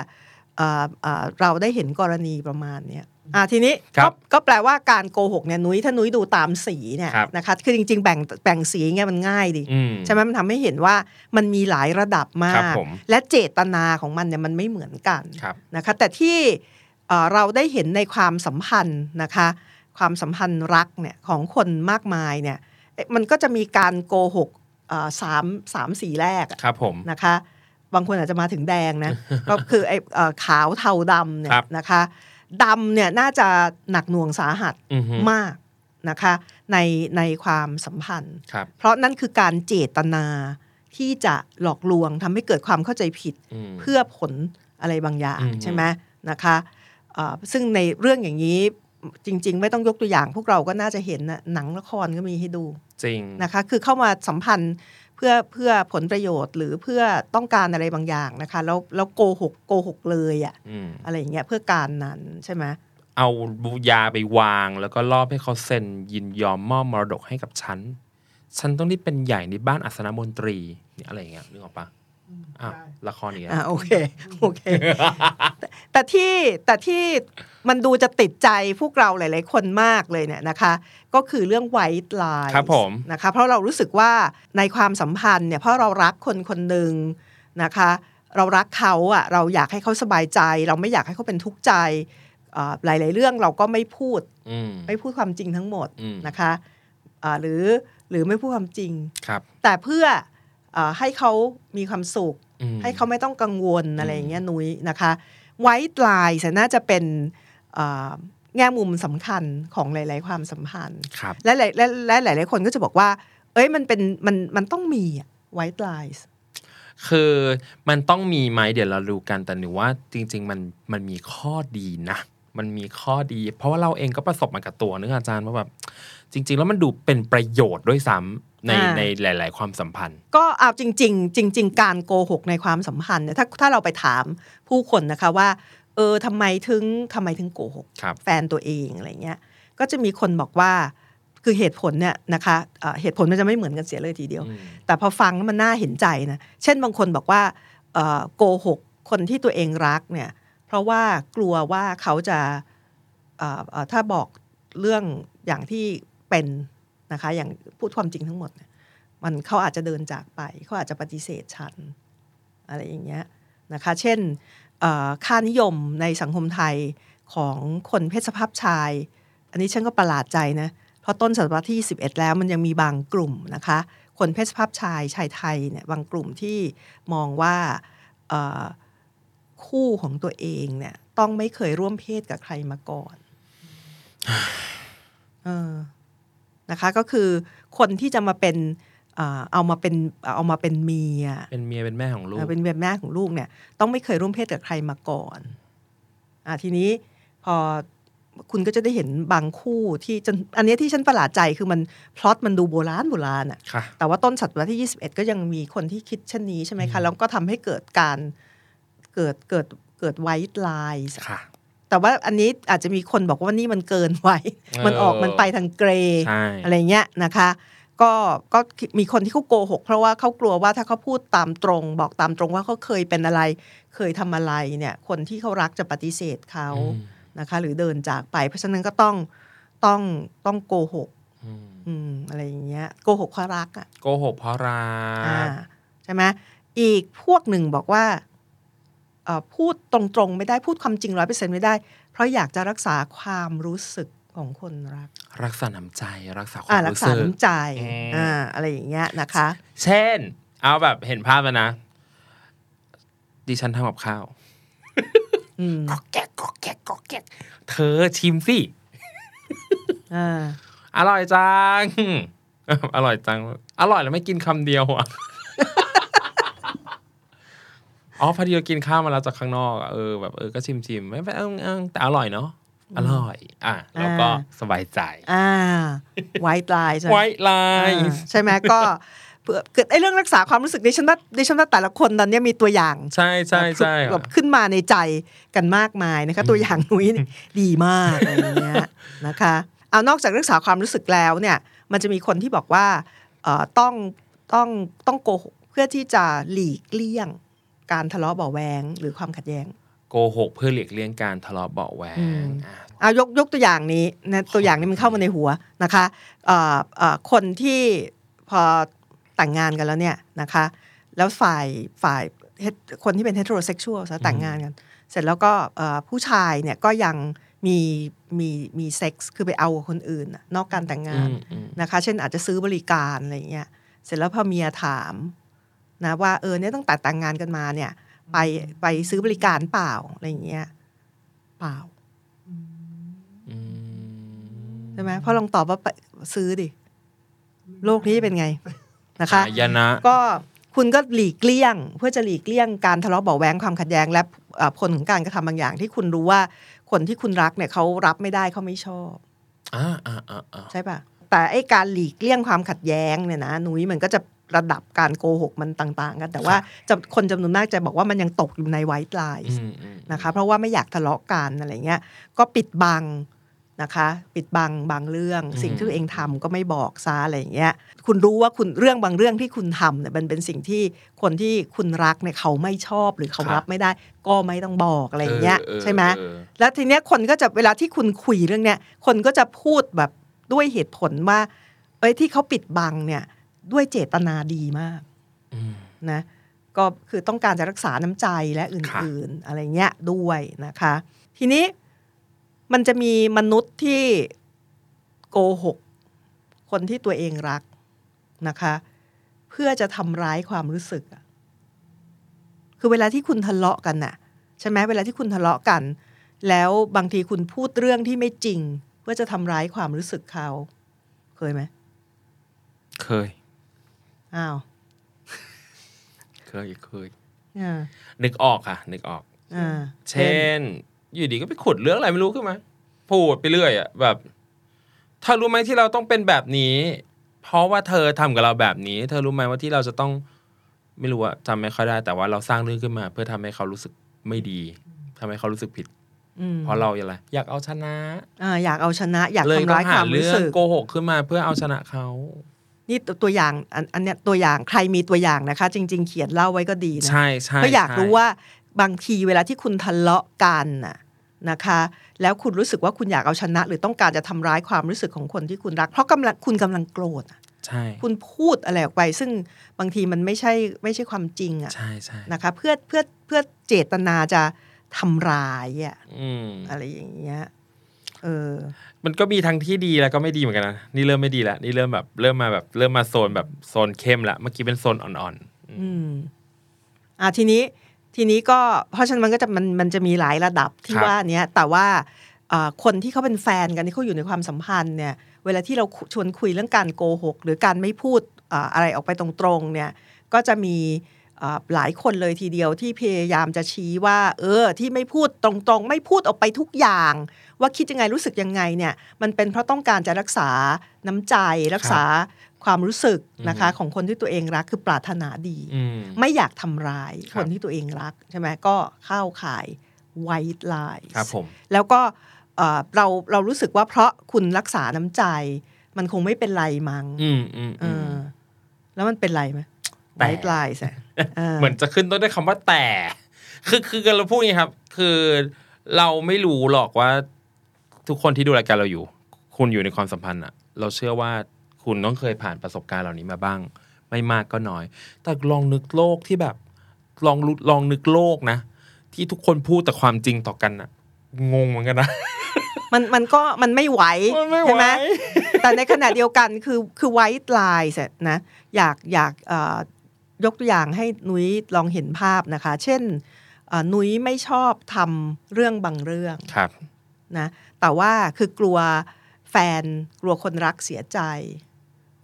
Speaker 3: เอ่อเอ่อเราได้เห็นกรณีประมาณเนี้ยอ่ะทีนี้
Speaker 2: ครั
Speaker 3: ก็
Speaker 2: บ
Speaker 3: ก็แปลว่าการโกหกเนี่ยนุ้ยถ้านุ้ยดูตามสีเนี่ย
Speaker 2: ครับ
Speaker 3: นะคะคือจริง ๆ แบ่งแบ่งสีเงี้ยมันง่ายดี
Speaker 2: อืม
Speaker 3: ใช่ไหมมันทำให้เห็นว่ามันมีหลายระดับมา
Speaker 2: ครั
Speaker 3: ก
Speaker 2: บผม
Speaker 3: และเจตนาของมันเนี่ยมันไม่เหมือนกัน
Speaker 2: ครับ
Speaker 3: นะคะแต่ที่เอ่อเราได้เห็นในความสัมพันธ์นะคะความสัมพันธ์รักเนี่ยของคนมากมายเนี่ยเอ๊ะมันก็จะมีการโกหกเอ่อสามสามสีแรกอะ
Speaker 2: ครับผม
Speaker 3: นะคะบางคนอาจจะมาถึงแดง
Speaker 2: <laughs>
Speaker 3: นะ ก็คือไอ้เอ่อขาวเทาดำเนี่ย
Speaker 2: ครับ
Speaker 3: นะคะดำเนี่ยน่าจะหนักหน่วงสาหัส
Speaker 2: อือฮึ
Speaker 3: มากนะคะในในความสัมพันธ์
Speaker 2: ครับ
Speaker 3: เพราะนั่นคือการเจตนาที่จะหลอกลวงทำให้เกิดความเข้าใจผิด
Speaker 2: อืม
Speaker 3: เพื่อผลอะไรบางอย่าง
Speaker 2: อืม
Speaker 3: ใช่ไหมนะคะเอ่อซึ่งในเรื่องอย่างนี้จริง ๆ ไม่ต้องยกตัวอย่าง พวกเราก็น่าจะเห็นนะหนังละครก็มีให้ดู
Speaker 2: จริง
Speaker 3: นะคะคือเข้ามาสัมพันธ์เพื่อเพื่อผลประโยชน์ หรือเพื่อต้องการอะไรบางอย่างนะคะแล้วแล้วโกหกโกหกเลยอะ
Speaker 2: อืม
Speaker 3: อะไรอย่างเงี้ยเพื่อการนั้นใช่ไหม
Speaker 2: เอาบุยาไปวาง แล้วก็ล่อให้เขาเซ็นยินยอมมอบมรดกให้กับฉัน ฉันต้องได้เป็นใหญ่ในบ้านอัศนมนตรีเนี่ยอะไรอย่างเงี้ยนึกออกปะอ่ะละครอีกแล้ว
Speaker 3: อ่าโอเคโอเคแต่แต่ที่แต่ที่มันดูจะติดใจพวกเราหลาย ๆ คนมากเลยเนี่ยนะคะก็คือเรื่องไวท์ไลน์
Speaker 2: ครับผม
Speaker 3: นะคะเพราะเรารู้สึกว่าในความสัมพันธ์เนี่ยเพราะเรารักคนคนหนึ่งนะคะ เรารักเขาอะเราอยากให้เขาสบายใจ เราไม่อยากให้เขาเป็นทุกข์ใจอ่าหลาย ๆ เรื่องเราก็ไม่พูด
Speaker 2: อืม
Speaker 3: ไม่พูดความจริงทั้งหมด
Speaker 2: อืม
Speaker 3: นะคะอ่าหรือหรือไม่พูดความจริง
Speaker 2: ครับ
Speaker 3: แต่เพื่ออ่าให้เขามีความสุข
Speaker 2: อืม
Speaker 3: ให้เขาไม่ต้องกังวลอะไรอย่างเงี้ยนุ้ยนะคะไวท์ไลน์น่าจะเป็นอ่าแง่มุมสำคัญของหลาย ๆ ความสัมพันธ์
Speaker 2: ครับ
Speaker 3: และหลายและและหลาย ๆ คนก็จะบอกว่า เอ้ยมันเป็นมันมันต้องมีไวท์ไลน์
Speaker 2: คือมันต้องมีไหมเดี๋ยวเราดูกันแต่หนูว่าจริง ๆ มันมันมีข้อดีนะ มันมีข้อดี เพราะว่าเราเองก็ประสบมากับตัวนึกอาจารย์ว่าแบบจริง ๆ แล้วมันดูเป็นประโยชน์ด้วยซ้ำในในหลาย ๆ ความสัมพันธ์
Speaker 3: ก็เอาจริง ๆ จริง ๆ การโกหกในความสัมพันธ์เนี่ยถ้าถ้าเราไปถามผู้คนนะคะว่าเออทำไมถึงทำไมถึงโกหก
Speaker 2: ครับ
Speaker 3: แฟนตัวเองอะไรเงี้ย ก็จะมีคนบอกว่า คือเหตุผลเนี่ยนะคะเอ่อเหตุผลมันจะไม่เหมือนกันเสียเลยทีเดียว
Speaker 2: อืม
Speaker 3: แต่พอฟังแล้วมันน่าเห็นใจนะ เช่นบางคนบอกว่าเอ่อโกหกคนที่ตัวเองรักเนี่ย เพราะว่ากลัวว่าเขาจะเอ่อเอ่อถ้าบอกเรื่องอย่างที่เป็นนะคะ อย่างพูดความจริงทั้งหมดเนี่ยมันเขาอาจจะเดินจากไป เขาอาจจะปฏิเสธฉัน อะไรอย่างเงี้ยนะคะ เช่นเอ่อค่านิยมในสังคมไทยของคนเพศสภาพชาย อันนี้ฉันก็ประหลาดใจนะ เพราะต้นศตวรรษที่ 11 แล้วมันยังมีบางกลุ่มนะคะ คนเพศสภาพชายชายไทยเนี่ยบางกลุ่มที่มองว่าเอ่อคู่ของตัวเองเนี่ยต้องไม่เคยร่วมเพศกับใครมาก่อนเออนะคะก็คือคนที่จะมาเป็นเอ่อเอามาเป็นเอามาเป็นเมีย
Speaker 2: เป็นเมียเป็นแม่ของลูก
Speaker 3: เอ่อเป็นแบบแม่ของลูกเนี่ยต้องไม่เคยร่วมเพศกับใครมาก่อนอ่ะทีนี้พอคุณก็จะได้เห็นบางคู่ที่จนอันเนี้ยที่ฉันประหลาดใจคือมันพล็อตมันดูโบราณโบราณอ่ะ
Speaker 2: ค่ะ
Speaker 3: แต่ว่าต้นศตวรรษที่ 21 ก็ยังมีคนที่คิดเช่นนี้ใช่ไหมคะ แล้วก็ทำให้เกิดการเกิดเกิดเกิดไวท์ไลน์
Speaker 2: ค่ะ
Speaker 3: แต่ว่าอันนี้อาจจะมีคนบอกว่านี่มันเกินไว้ มันออกมันไปทางเกรย์
Speaker 2: ใช่
Speaker 3: อะไรเงี้ยนะคะ ก็ก็มีคนที่เขาโกหก เพราะว่าเขากลัวว่าถ้าเขาพูดตามตรง บอกตามตรงว่าเขาเคยเป็นอะไร เคยทำอะไรเนี่ย คนที่เขารักจะปฏิเสธเขา
Speaker 2: อืม
Speaker 3: นะคะ หรือเดินจากไป เพราะฉะนั้นก็ต้องต้องต้องโกหก
Speaker 2: อืม
Speaker 3: อืมอะไรอย่างเงี้ยโกหกเพราะรักอ่ะ
Speaker 2: โกหกเพราะรั
Speaker 3: อ่าก ใช่ไหมอีกพวกหนึ่งบอกว่าเอ่อพูดตรงๆไม่ได้พูดความจริงร้อยเปอร์เซ็นไม่ได้ เพราะอยากจะรักษาความรู้สึกของคนรัก
Speaker 2: รักษาน้ำใจรักษาควา
Speaker 3: อ่าม รัก
Speaker 2: รู้
Speaker 3: ษา
Speaker 2: สึก
Speaker 3: น้ำใจ
Speaker 2: อืม
Speaker 3: อ่าอะไรอย่างเงี้ยนะคะ
Speaker 2: เช่น เอาแบบเห็นภาพแล้วนะ ดิฉันทำกับข้าว
Speaker 3: อืม
Speaker 2: กอกแกกกอกแกกกอกแกกเธอชิมสิ
Speaker 3: อ่า
Speaker 2: อร่อยจัง <laughs> อร่อยจัง อร่อยแล้วไม่กินคำเดียวอ่ะ <laughs> อ๋อพอดีเรากินข้าวมาแล้วจากข้างนอกอะเออแบบเออก็ชิมชิมๆไม่ไม่เออเออแต่อร่อยเนาะอร่อย อ่ะแล้วก็สบายใจ
Speaker 3: อ่าไวท์ไลน์ใช่ไหม
Speaker 2: ไว้ลาย
Speaker 3: อ่าใช่ไหมก็เพื่อเกิดไอ้เรื่องรักษาความรู้สึกดิฉันว่าดิฉันว่าแต่ละคนตอนเนี้ยมีตัวอย่าง
Speaker 2: ใช่ใช่ใช่
Speaker 3: แบบขึ้นมาในใจกันมากมายนะคะ ตัวอย่างนุ้ยนี่
Speaker 2: <laughs>
Speaker 3: ดีมากอะไรอย่างเงี้ยนะคะ เอานอกจากรักษาความรู้สึกแล้วเนี่ยมันจะมีคนที่บอกว่าเอ่อต้องต้องต้องโกหกเพื่อที่จะหลีกเลี่ยง การทะเลาะเบาะแวงหรือความขัดแย้ง
Speaker 2: โกหกเพื่อหลีกเลี่ยงการทะเลาะเบาะแว
Speaker 3: อื
Speaker 2: ง
Speaker 3: ม
Speaker 2: อ่ะ
Speaker 3: เอายกยกตัวอย่างนี้นะตัวอย่างนี้มันเข้ามาในหัวนะคะเอ่อเอ่อคนที่พอแต่งงานกันแล้วเนี่ยนะคะ แล้วฝ่ายฝ่าย het- คนที่เป็นเฮตโ o เซ็กชวลแต่งงานกัน เสร็จแล้วก็เอ่อผู้ชายเนี่ยก็ยังมีมีมีเซ็กซ์คือไปเอากับคนอื่นน่ะนอกการแต่งงาน
Speaker 2: อืมอืม
Speaker 3: นะคะ เช่นอาจจะซื้อบริการอะไรอย่างเงี้ยเสร็จแล้วพอเมียถามนะว่าเออเนี่ยตั้งแต่แต่งงานกันมาเนี่ย ไปไปซื้อบริการเปล่าอะไรอย่างเงี้ยเปล่า
Speaker 2: อืม
Speaker 3: ใช่ไหมเพราะลองตอบว่าไปซื้อดิ โลกนี้เป็นไงนะคะ
Speaker 2: หายนะ
Speaker 3: ก็คุณก็หลีกเลี่ยง เพื่อจะหลีกเลี่ยงการทะเลาะเบาะแวงความขัดแย้งและเอ่อผลของการกระทำบางอย่าง ที่คุณรู้ว่าคนที่คุณรักเนี่ยเขารับไม่ได้เขาไม่ชอบ
Speaker 2: อ่าอ่าอ่าอ่า
Speaker 3: ใช่ปะแต่ไอ้การหลีกเลี่ยงความขัดแย้งเนี่ยนะนุ้ยมันก็จะระดับการโกหกมันต่าง ๆ กัน แต่ว่าจะคนจำนวนมากจะบอกว่ามันยังตกอยู่ในไวท์ไล
Speaker 2: อื
Speaker 3: น์
Speaker 2: มอืม
Speaker 3: นะคะเพราะว่าไม่อยากทะเลาะกันอะไรเงี้ยก็ปิดบังนะคะ ปิดบังบางเรื่อง สิ่งที่ตัวเองทำก็ไม่บอกซะอะไรอย่างเงี้ยคุณรู้ว่าคุณเรื่องบางเรื่องที่คุณทำเนี่ยมันเป็นสิ่งที่คนที่คุณรักเนี่ยเขาไม่ชอบหรือเขารับไม่ได้ ก็ไม่ต้องบอกอะไรอย่างเงี้ย
Speaker 2: ออ
Speaker 3: ใช่ไหม
Speaker 2: เออ
Speaker 3: แล้วทีเนี้ยคนก็จะเวลาที่คุณคุยเรื่องเนี้ยคนก็จะพูดแบบด้วยเหตุผลว่าเอ้ยที่เขาปิดบังเนี่ยด้วยเจตนาดีมาก
Speaker 2: อืม
Speaker 3: นะก็คือต้องการจะรักษาน้ำใจและอื่น ๆ อะไรเงี้ยด้วยนะคะ ทีนี้มันจะมีมนุษย์ที่โกหก คนที่ตัวเองรักนะคะ เพื่อจะทำร้ายความรู้สึกอะคือเวลาที่คุณทะเลาะกันน่ะ ใช่ไหมเวลาที่คุณทะเลาะกัน แล้วบางทีคุณพูดเรื่องที่ไม่จริง เพื่อจะทำร้ายความรู้สึกเขา เคยไหม
Speaker 2: เคย
Speaker 3: อ้าว
Speaker 2: เคย เคย
Speaker 3: อ่า
Speaker 2: นึกออกค่ะ นึกออก
Speaker 3: อ่า
Speaker 2: เช่น อยู่ดีก็ไปขุดเรื่องอะไรไม่รู้ขึ้นมา พูดไปเรื่อยอะแบบ ถ้ารู้ไหมที่เราต้องเป็นแบบนี้ เพราะว่าเธอทำกับเราแบบนี้ เธอรู้ไหมว่าที่เราจะต้อง ไม่รู้อะจำไม่ค่อยได้ แต่ว่าเราสร้างเรื่องขึ้นมา เพื่อทำให้เขารู้สึกไม่ดีทำให้เขารู้สึกผิด
Speaker 3: อืม
Speaker 2: เพราะเราอย่างไรอยากเอาชนะ
Speaker 3: อ่าอยากเอาชนะอยาก
Speaker 2: เลยต้
Speaker 3: ทำ
Speaker 2: อ
Speaker 3: ร้าย
Speaker 2: งหาว
Speaker 3: คาม
Speaker 2: เรื่
Speaker 3: รู้
Speaker 2: อง
Speaker 3: สึก
Speaker 2: โกหกขึ้นมาเพื่อเอาชนะเขา
Speaker 3: นี่ตัวตัวอย่างอันอันเนี้ยตัวอย่างใครมีตัวอย่างนะคะ จริง ๆ เขียนเล่าไว้ก็ดีนะ
Speaker 2: ใช่ใช่
Speaker 3: ก็อยาก
Speaker 2: ใช่
Speaker 3: รู้ว่าบางทีเวลาที่คุณทะเลาะกันน่ะนะคะ แล้วคุณรู้สึกว่าคุณอยากเอาชนะ หรือต้องการจะทำร้ายความรู้สึกของคนที่คุณรัก เพราะกำลังคุณกำลังโกรธอะ
Speaker 2: ใช่
Speaker 3: คุณพูดอะไรออกไป ซึ่งบางทีมันไม่ใช่ไม่ใช่ความจริงอะ
Speaker 2: ใช่ใช่
Speaker 3: นะคะ เพื่อเพื่อเพื่อเจตนาจะทำร้ายอะ
Speaker 2: อืม
Speaker 3: อะไรอย่างเงี้ยเออ
Speaker 2: มันก็มีทั้งที่ดีแล้วก็ไม่ดีเหมือนกันนะ นี่เริ่มไม่ดีแล้วนี่เริ่มแบบเริ่มมาแบบเริ่มมาโซนแบบโซนเข้มละเมื่อกี้เป็นโซนอ่อน
Speaker 3: อืมอ่าทีนี้ทีนี้ก็เพราะฉะนั้นมันก็จะมันมันจะมีหลายระดับที่ว่าเนี้ยแต่ว่าเอ่อคนที่เขาเป็นแฟนกันที่เขาอยู่ในความสัมพันธ์เนี่ย เวลาที่เราคุชวนคุยเรื่องการโกหก หรือการไม่พูดเอ่ออะไรออกไปตรงๆเนี่ย ก็จะมีเอ่อหลายคนเลยทีเดียวที่พยายามจะชี้ว่า เออ ที่ไม่พูดตรงๆ ไม่พูดออกไปทุกอย่าง ว่าคิดยังไงรู้สึกยังไงเนี่ย มันเป็นเพราะต้องการจะรักษาน้ำใจรักษาความรู้สึกนะคะของคนที่ตัวเองรักคือปรารถนาดี
Speaker 2: ๆ อืม
Speaker 3: ไม่อยากทำร้าย
Speaker 2: ค
Speaker 3: ครับ นที่ตัวเองรักใช่ไหมก็เข้าข่าย white lies
Speaker 2: ครับผม
Speaker 3: แล้วก็เอ่อเราเรารู้สึกว่าเพราะคุณรักษาน้ำใจ มันคงไม่เป็นไรมั้ง
Speaker 2: อืมอืม
Speaker 3: เอ
Speaker 2: อืม
Speaker 3: อแล้วมันเป็นไรไหม
Speaker 2: แต่
Speaker 3: white lies อะเออ
Speaker 2: เหมือนจะขึ้นต้นด้วยคำว่าแต่ คือคือกันเราพูดอย่างนี้ครับ คือเราไม่รู้หรอกว่า ทุกคนที่ดูรายการเราอยู่ คุณอยู่ในความสัมพันธ์อะเราเชื่อว่า คุณต้องเคยผ่านประสบการณ์เหล่านี้มาบ้าง ไม่มากก็น้อย แต่ลองนึกโลกที่แบบ ลองรู้ลองนึกโลกนะ ที่ทุกคนพูดแต่ความจริงต่อกันน่ะ งงเหมือนกันนะ
Speaker 3: มันมันก็มันไม่ไหว
Speaker 2: มันไม่ไหว
Speaker 3: ใช่ไหมแต่ในขณะเดียวกันคือคือไวท์ไลน์เสร็จนะอยากอยากเอ่อยกตัวอย่างให้นุ้ยลองเห็นภาพนะคะ เช่นเอ่อนุ้ยไม่ชอบทำเรื่องบางเรื่อง
Speaker 2: ครับ
Speaker 3: นะแต่ว่าคือกลัวแฟนกลัวคนรักเสียใจ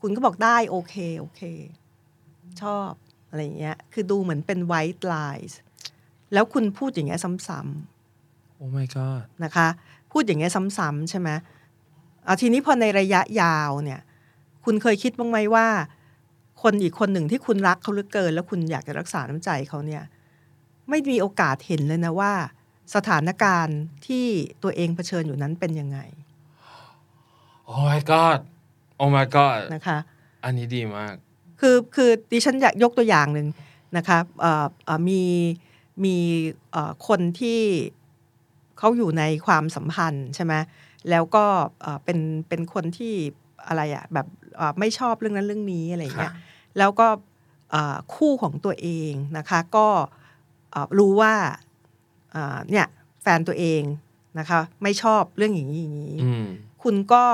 Speaker 3: คุณก็บอกได้โอเค โอเค ชอบอะไรอย่างเงี้ยคือดูเหมือนเป็น white lies แล้วคุณพูดอย่างเงี้ยซ้ำ
Speaker 2: โอ้ my god
Speaker 3: ๆนะคะ พูดอย่างเงี้ยซ้ำๆใช่ไหมเอาทีนี้พอในระยะยาวเนี่ย คุณเคยคิดบ้างไหมว่า คนอีกคนหนึ่งที่คุณรักเขาเหลือเกิน แล้วคุณอยากจะรักษาน้ำใจเขาเนี่ย ไม่มีโอกาสเห็นเลยนะว่า สถานการณ์ที่ตัวเองเผชิญอยู่นั้นเป็นยังไง
Speaker 2: โอ้ my god โอ้ my god
Speaker 3: นะคะ
Speaker 2: อันนี้ดีมาก
Speaker 3: คือคือดิฉันอยากยกตัวอย่างหนึ่งนะคะเอ่อเอ่อมีมีเอ่อคนที่เขาอยู่ในความสัมพันธ์ใช่ไหมแล้วก็เอ่อเป็นเป็นคนที่อะไรอะแบบเอ่อไม่ชอบเรื่องนั้นเรื่องนี้อะไรอย่างเงี้ย
Speaker 2: ค่ะ
Speaker 3: แล้วก็เอ่อคู่ของตัวเองนะคะก็เอ่อรู้ว่าเอ่อเนี่ยแฟนตัวเองนะคะไม่ชอบเรื่องอย่างนี้อย่างนี้
Speaker 2: อืม
Speaker 3: คุณก็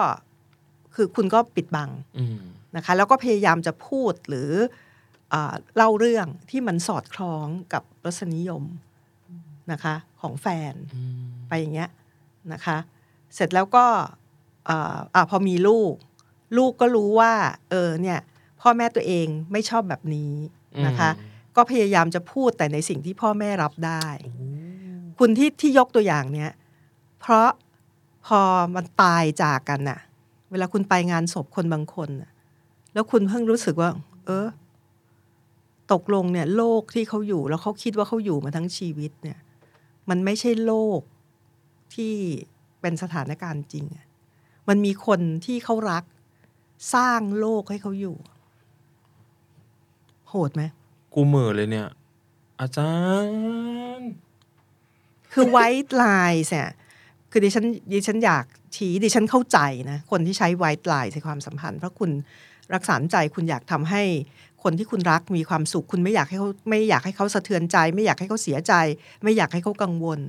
Speaker 3: คือคุณก็ปิดบัง
Speaker 2: อืม
Speaker 3: นะคะแล้วก็พยายามจะพูดหรือเอ่อเล่าเรื่องที่มันสอดคล้องกับรสนิยมนะคะของแฟน
Speaker 2: อืม
Speaker 3: ไปอย่างเงี้ยนะคะเสร็จแล้วก็เอ่ออ่ะพอมีลูก ลูกก็รู้ว่าเออเนี่ยพ่อแม่ตัวเองไม่ชอบแบบนี้นะคะ
Speaker 2: อืม
Speaker 3: ก็พยายามจะพูดแต่ในสิ่งที่พ่อแม่รับได้ คุณที่ที่ยกตัวอย่างเนี้ยเพราะพอมันตายจากกันน่ะ เวลาคุณไปงานศพคนบางคนน่ะแล้วคุณเพิ่งรู้สึกว่า เออ ตกลงเนี่ย โลกที่เขาอยู่ แล้วเขาคิดว่าเขาอยู่มาทั้งชีวิตเนี่ย มันไม่ใช่โลกที่เป็นสถานการณ์จริงอะมันมีคนที่เขารัก สร้างโลกให้เขาอยู่ โหดไหม
Speaker 2: กูเหม่อเลยเนี่ย อาจารย์
Speaker 3: คือไวท์ไลน์เนี่ยคือดิฉันดิฉันอยากชี้ดิฉันเข้าใจนะ คนที่ใช้ไวท์ไลน์ในความสัมพันธ์ เพราะคุณรักษาใจคุณอยากทำให้คนที่คุณรักมีความสุข คุณไม่อยากให้เขาไม่อยากให้เขาสะเทือนใจ ไม่อยากให้เขาเสียใจ ไม่อยากให้เขากังวล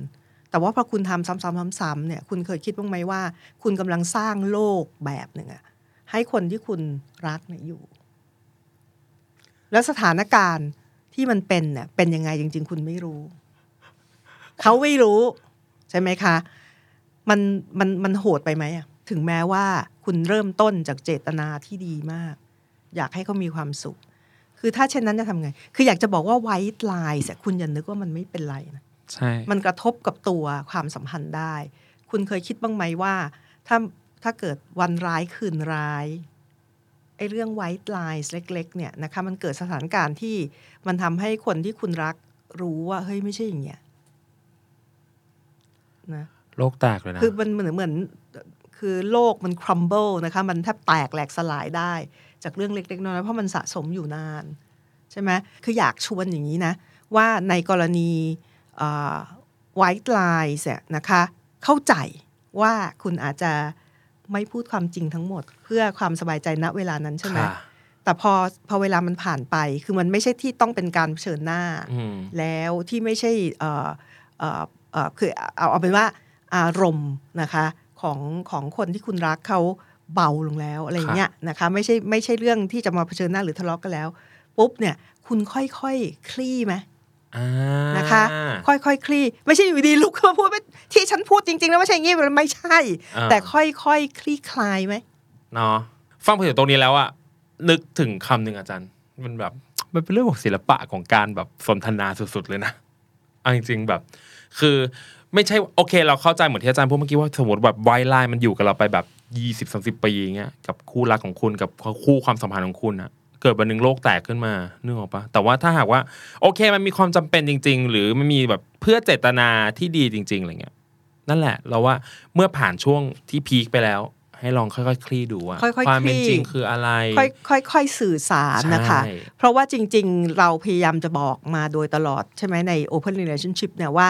Speaker 3: แต่ว่าพอคุณทำซ้ำๆซ้ำๆเนี่ยคุณเคยคิดบ้างไหมว่า คุณกำลังสร้างโลกแบบหนึ่งอะให้คนที่คุณรักเนี่ยอยู่ แล้วสถานการณ์ที่มันเป็นเนี่ยเป็นยังไงจริง ๆ คุณไม่รู้ เขาไม่รู้ ใช่ไหมคะ มันมันมันโหดไปไหมอะถึงแม้ว่าคุณเริ่มต้นจากเจตนาที่ดีมาก อยากให้เขามีความสุข คือถ้าเช่นนั้นจะทำไง คืออยากจะบอกว่าไวท์ไลน์คุณอย่านึกว่ามันไม่เป็นไรนะ
Speaker 2: ใช่
Speaker 3: มันกระทบกับตัวความสัมพันธ์ได้ คุณเคยคิดบ้างไหมว่า ถ้าถ้าเกิดวันร้ายคืนร้ายไอ้เรื่องไวท์ไลน์เล็ก ๆ เนี่ยนะคะมันเกิดสถานการณ์ที่มันทำให้คนที่คุณรักรู้ว่า เฮ้ยไม่ใช่อย่างเงี้ยนะ
Speaker 2: โลกแตกเลยนะ
Speaker 3: คือมันเหมือนเหมือนคือโลกมัน crumble นะคะมันแทบแตกแหลกสลายได้ จากเรื่องเล็กๆน้อยๆเพราะมันสะสมอยู่นาน ใช่ไหมคืออยากชวนอย่างนี้นะ ว่าในกรณีไวท์ไลน์เนี่ยนะคะ เข้าใจว่าคุณอาจจะไม่พูดความจริงทั้งหมด เพื่อความสบายใจณเวลานั้นใช่ไหม
Speaker 2: ค่ะ
Speaker 3: แต่พอพอเวลามันผ่านไป คือมันไม่ใช่ที่ต้องเป็นการเผชิญหน้า
Speaker 2: อืม
Speaker 3: แล้วที่ไม่ใช่เอ่อเอ่อเอ่อคือเอาเอาเป็นว่าอารมณ์นะคะของของคนที่คุณรักเขาเบาลงแล้วอะไรอย่างเงี้ยนะคะไม่ใช่ไม่ใช่เรื่องที่จะมาเผชิญหน้าหรือทะเลาะกันแล้ว ปุ๊บเนี่ยคุณค่อยๆคคลี่ไหม
Speaker 2: อ่า
Speaker 3: นะคะ ค่อยๆคคลี่ไม่ใช่อยู่ดีลุกขึ้นมาพูดว่าที่ฉันพูดจริงๆแล้วไม่ใช่อย่างงี้มันไม่ใช่
Speaker 2: า
Speaker 3: แต่ค่อยๆคคลี่คลายไหม
Speaker 2: เนาะฟังไปถึงตรงนี้แล้วอะนึกถึงคำหนึ่งอาจารย์ มันแบบ มันเป็นเรื่องของศิลปะของการแบบสนทนาสุดๆเลยนะเอาจริงๆแบบ คือไม่ใช่โอเค เราเข้าใจเหมือนที่อาจารย์พูดเมื่อกี้ว่าสมมติแบบไวไลน์มันอยู่กับเราไปแบบยี่สิบสามสิบปีอย่างเงี้ยกับคู่รักของคุณกับคู่ความสัมพันธ์ของคุณอะเกิดวันหนึ่งโลกแตกขึ้นมานึกออกปะแต่ว่าถ้าหากว่า โอเคมันมีความจำเป็นจริง ๆ หรือมันมีแบบเพื่อเจตนาที่ดีจริง ๆอะไรเงี้ย นั่นแหละ เราว่าเมื่อผ่านช่วงที่พีคไปแล้ว ให้ลองค่อยๆ คลี่ดูว่า
Speaker 3: ค่อยๆ
Speaker 2: ความเป็น
Speaker 3: คลี่
Speaker 2: จริงคืออะไร
Speaker 3: ค่อยค่อยค่อยสื่อสารนะคะ
Speaker 2: ใช่
Speaker 3: เพราะว่าจริง ๆ เราพยายามจะบอกมาโดยตลอดใช่ไหมใน Open Relationship เนี่ยว่า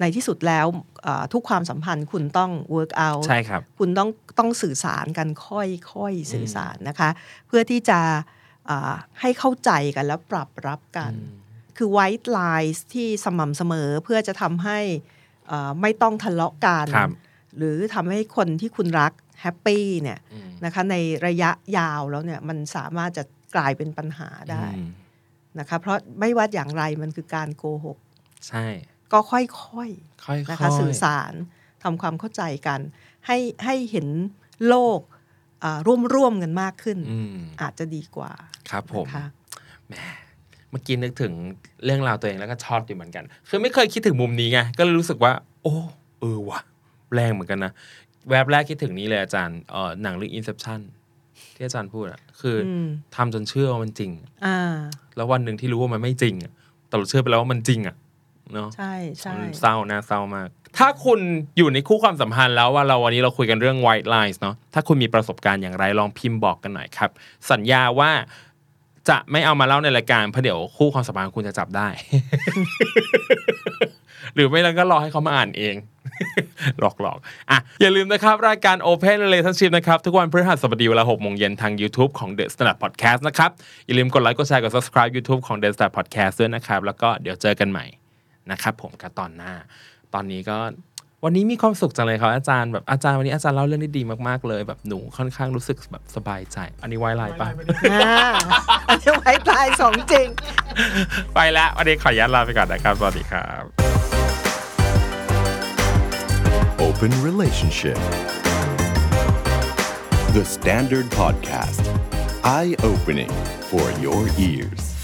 Speaker 3: ในที่สุดแล้วเอ่อทุกความสัมพันธ์คุณต้อง work out
Speaker 2: ใช่ครับ
Speaker 3: คุณต้องต้องสื่อสารกันค่อยค่อยสื่อสารนะคะ เพื่อที่จะอ่าให้เข้าใจกันแล้วปรับรับกัน คือไวท์ไลน์ที่สม่ำเสมอเพื่อจะทำให้อ่าไม่ต้องทะเลาะกัน
Speaker 2: ครับ
Speaker 3: หรือทำให้คนที่คุณรักแฮปปี้เนี่ย
Speaker 2: อืม
Speaker 3: นะคะในระยะยาวแล้วเนี่ยมันสามารถจะกลายเป็นปัญหาได้
Speaker 2: อืม
Speaker 3: นะคะเพราะไม่ว่าอย่างไรมันคือการโกหก
Speaker 2: ใช่
Speaker 3: ก็ค่อยๆ
Speaker 2: ค่อยๆ
Speaker 3: นะคะสื่อสารทำความเข้าใจกัน ให้ให้เห็นโลกอ่าร่วมร่วมกันมากขึ้น
Speaker 2: อืม
Speaker 3: อาจจะดีกว่า
Speaker 2: ครับผม
Speaker 3: นะคะ
Speaker 2: เมื่อกี้นึกถึงเรื่องราวตัวเองแล้วก็ช็อตอยู่เหมือนกัน คือไม่เคยคิดถึงมุมนี้ไง ก็เลยรู้สึกว่า โอ้เออว่ะ แรงเหมือนกันนะ แวบแรกคิดถึงนี้เลยอาจารย์เอ่อหนังเรื่อง Inception ที่อาจารย์พูดอะคืออ
Speaker 3: อืม
Speaker 2: ทำจนเชื่อว่ามันจริง
Speaker 3: อ่า
Speaker 2: แล้ววันหนึ่งที่รู้ว่ามันไม่จริงอะแต่เราเชื่อไปแล้วว่ามันจริงอะเนาะ
Speaker 3: ใช่ใช่
Speaker 2: มันเศร้านะเศร้ามาก ถ้าคุณอยู่ในคู่ความสัมพันธ์แล้วว่าเราวันนี้เราคุยกันเรื่อง white lines เนาะถ้าคุณมีประสบการณ์อย่างไรลองพิมพ์บอกกันหน่อยครับ สัญญาว่าจะไม่เอามาเล่าในรายการเพราะเดี๋ยวคู่ความสัมพันธ์คุณจะจับได้ <laughs> หรือไม่แล้วก็รอให้เขามาอ่านเอง <laughs> หลอกหลอกอ่ะ อย่าลืมนะครับ รายการ Open Relationship นะครับ ทุกวันพฤหัสบดีเวลา6โมงเย็นทาง YouTube ของ The Standard Podcast นะครับ อย่าลืมกดไลค์กดแชร์กด Subscribe YouTube ของ The Standard Podcast ด้วยนะครับ แล้วก็เดี๋ยวเจอกันใหม่ นะครับผมกับตอนหน้า ตอนนี้ก็วันนี้มีความสุขจังเลยครับ อาจารย์แบบอาจารย์วันนี้อาจารย์เล่าเรื่องได้ดีมากๆเลยแบบหนูค่อนข้างรู้สึกแบบสบายใจ อันนี้ไวไลน์ปะ
Speaker 3: อ่า <laughs> อันนี้ไว้ตายสองจริง
Speaker 2: <laughs> ไปแล้ววันนี้ขออนุญาตลาไปก่อนนะครับ สวัสดีครับ
Speaker 1: Open Relationship. The Standard Podcast. Eye opening for your ears.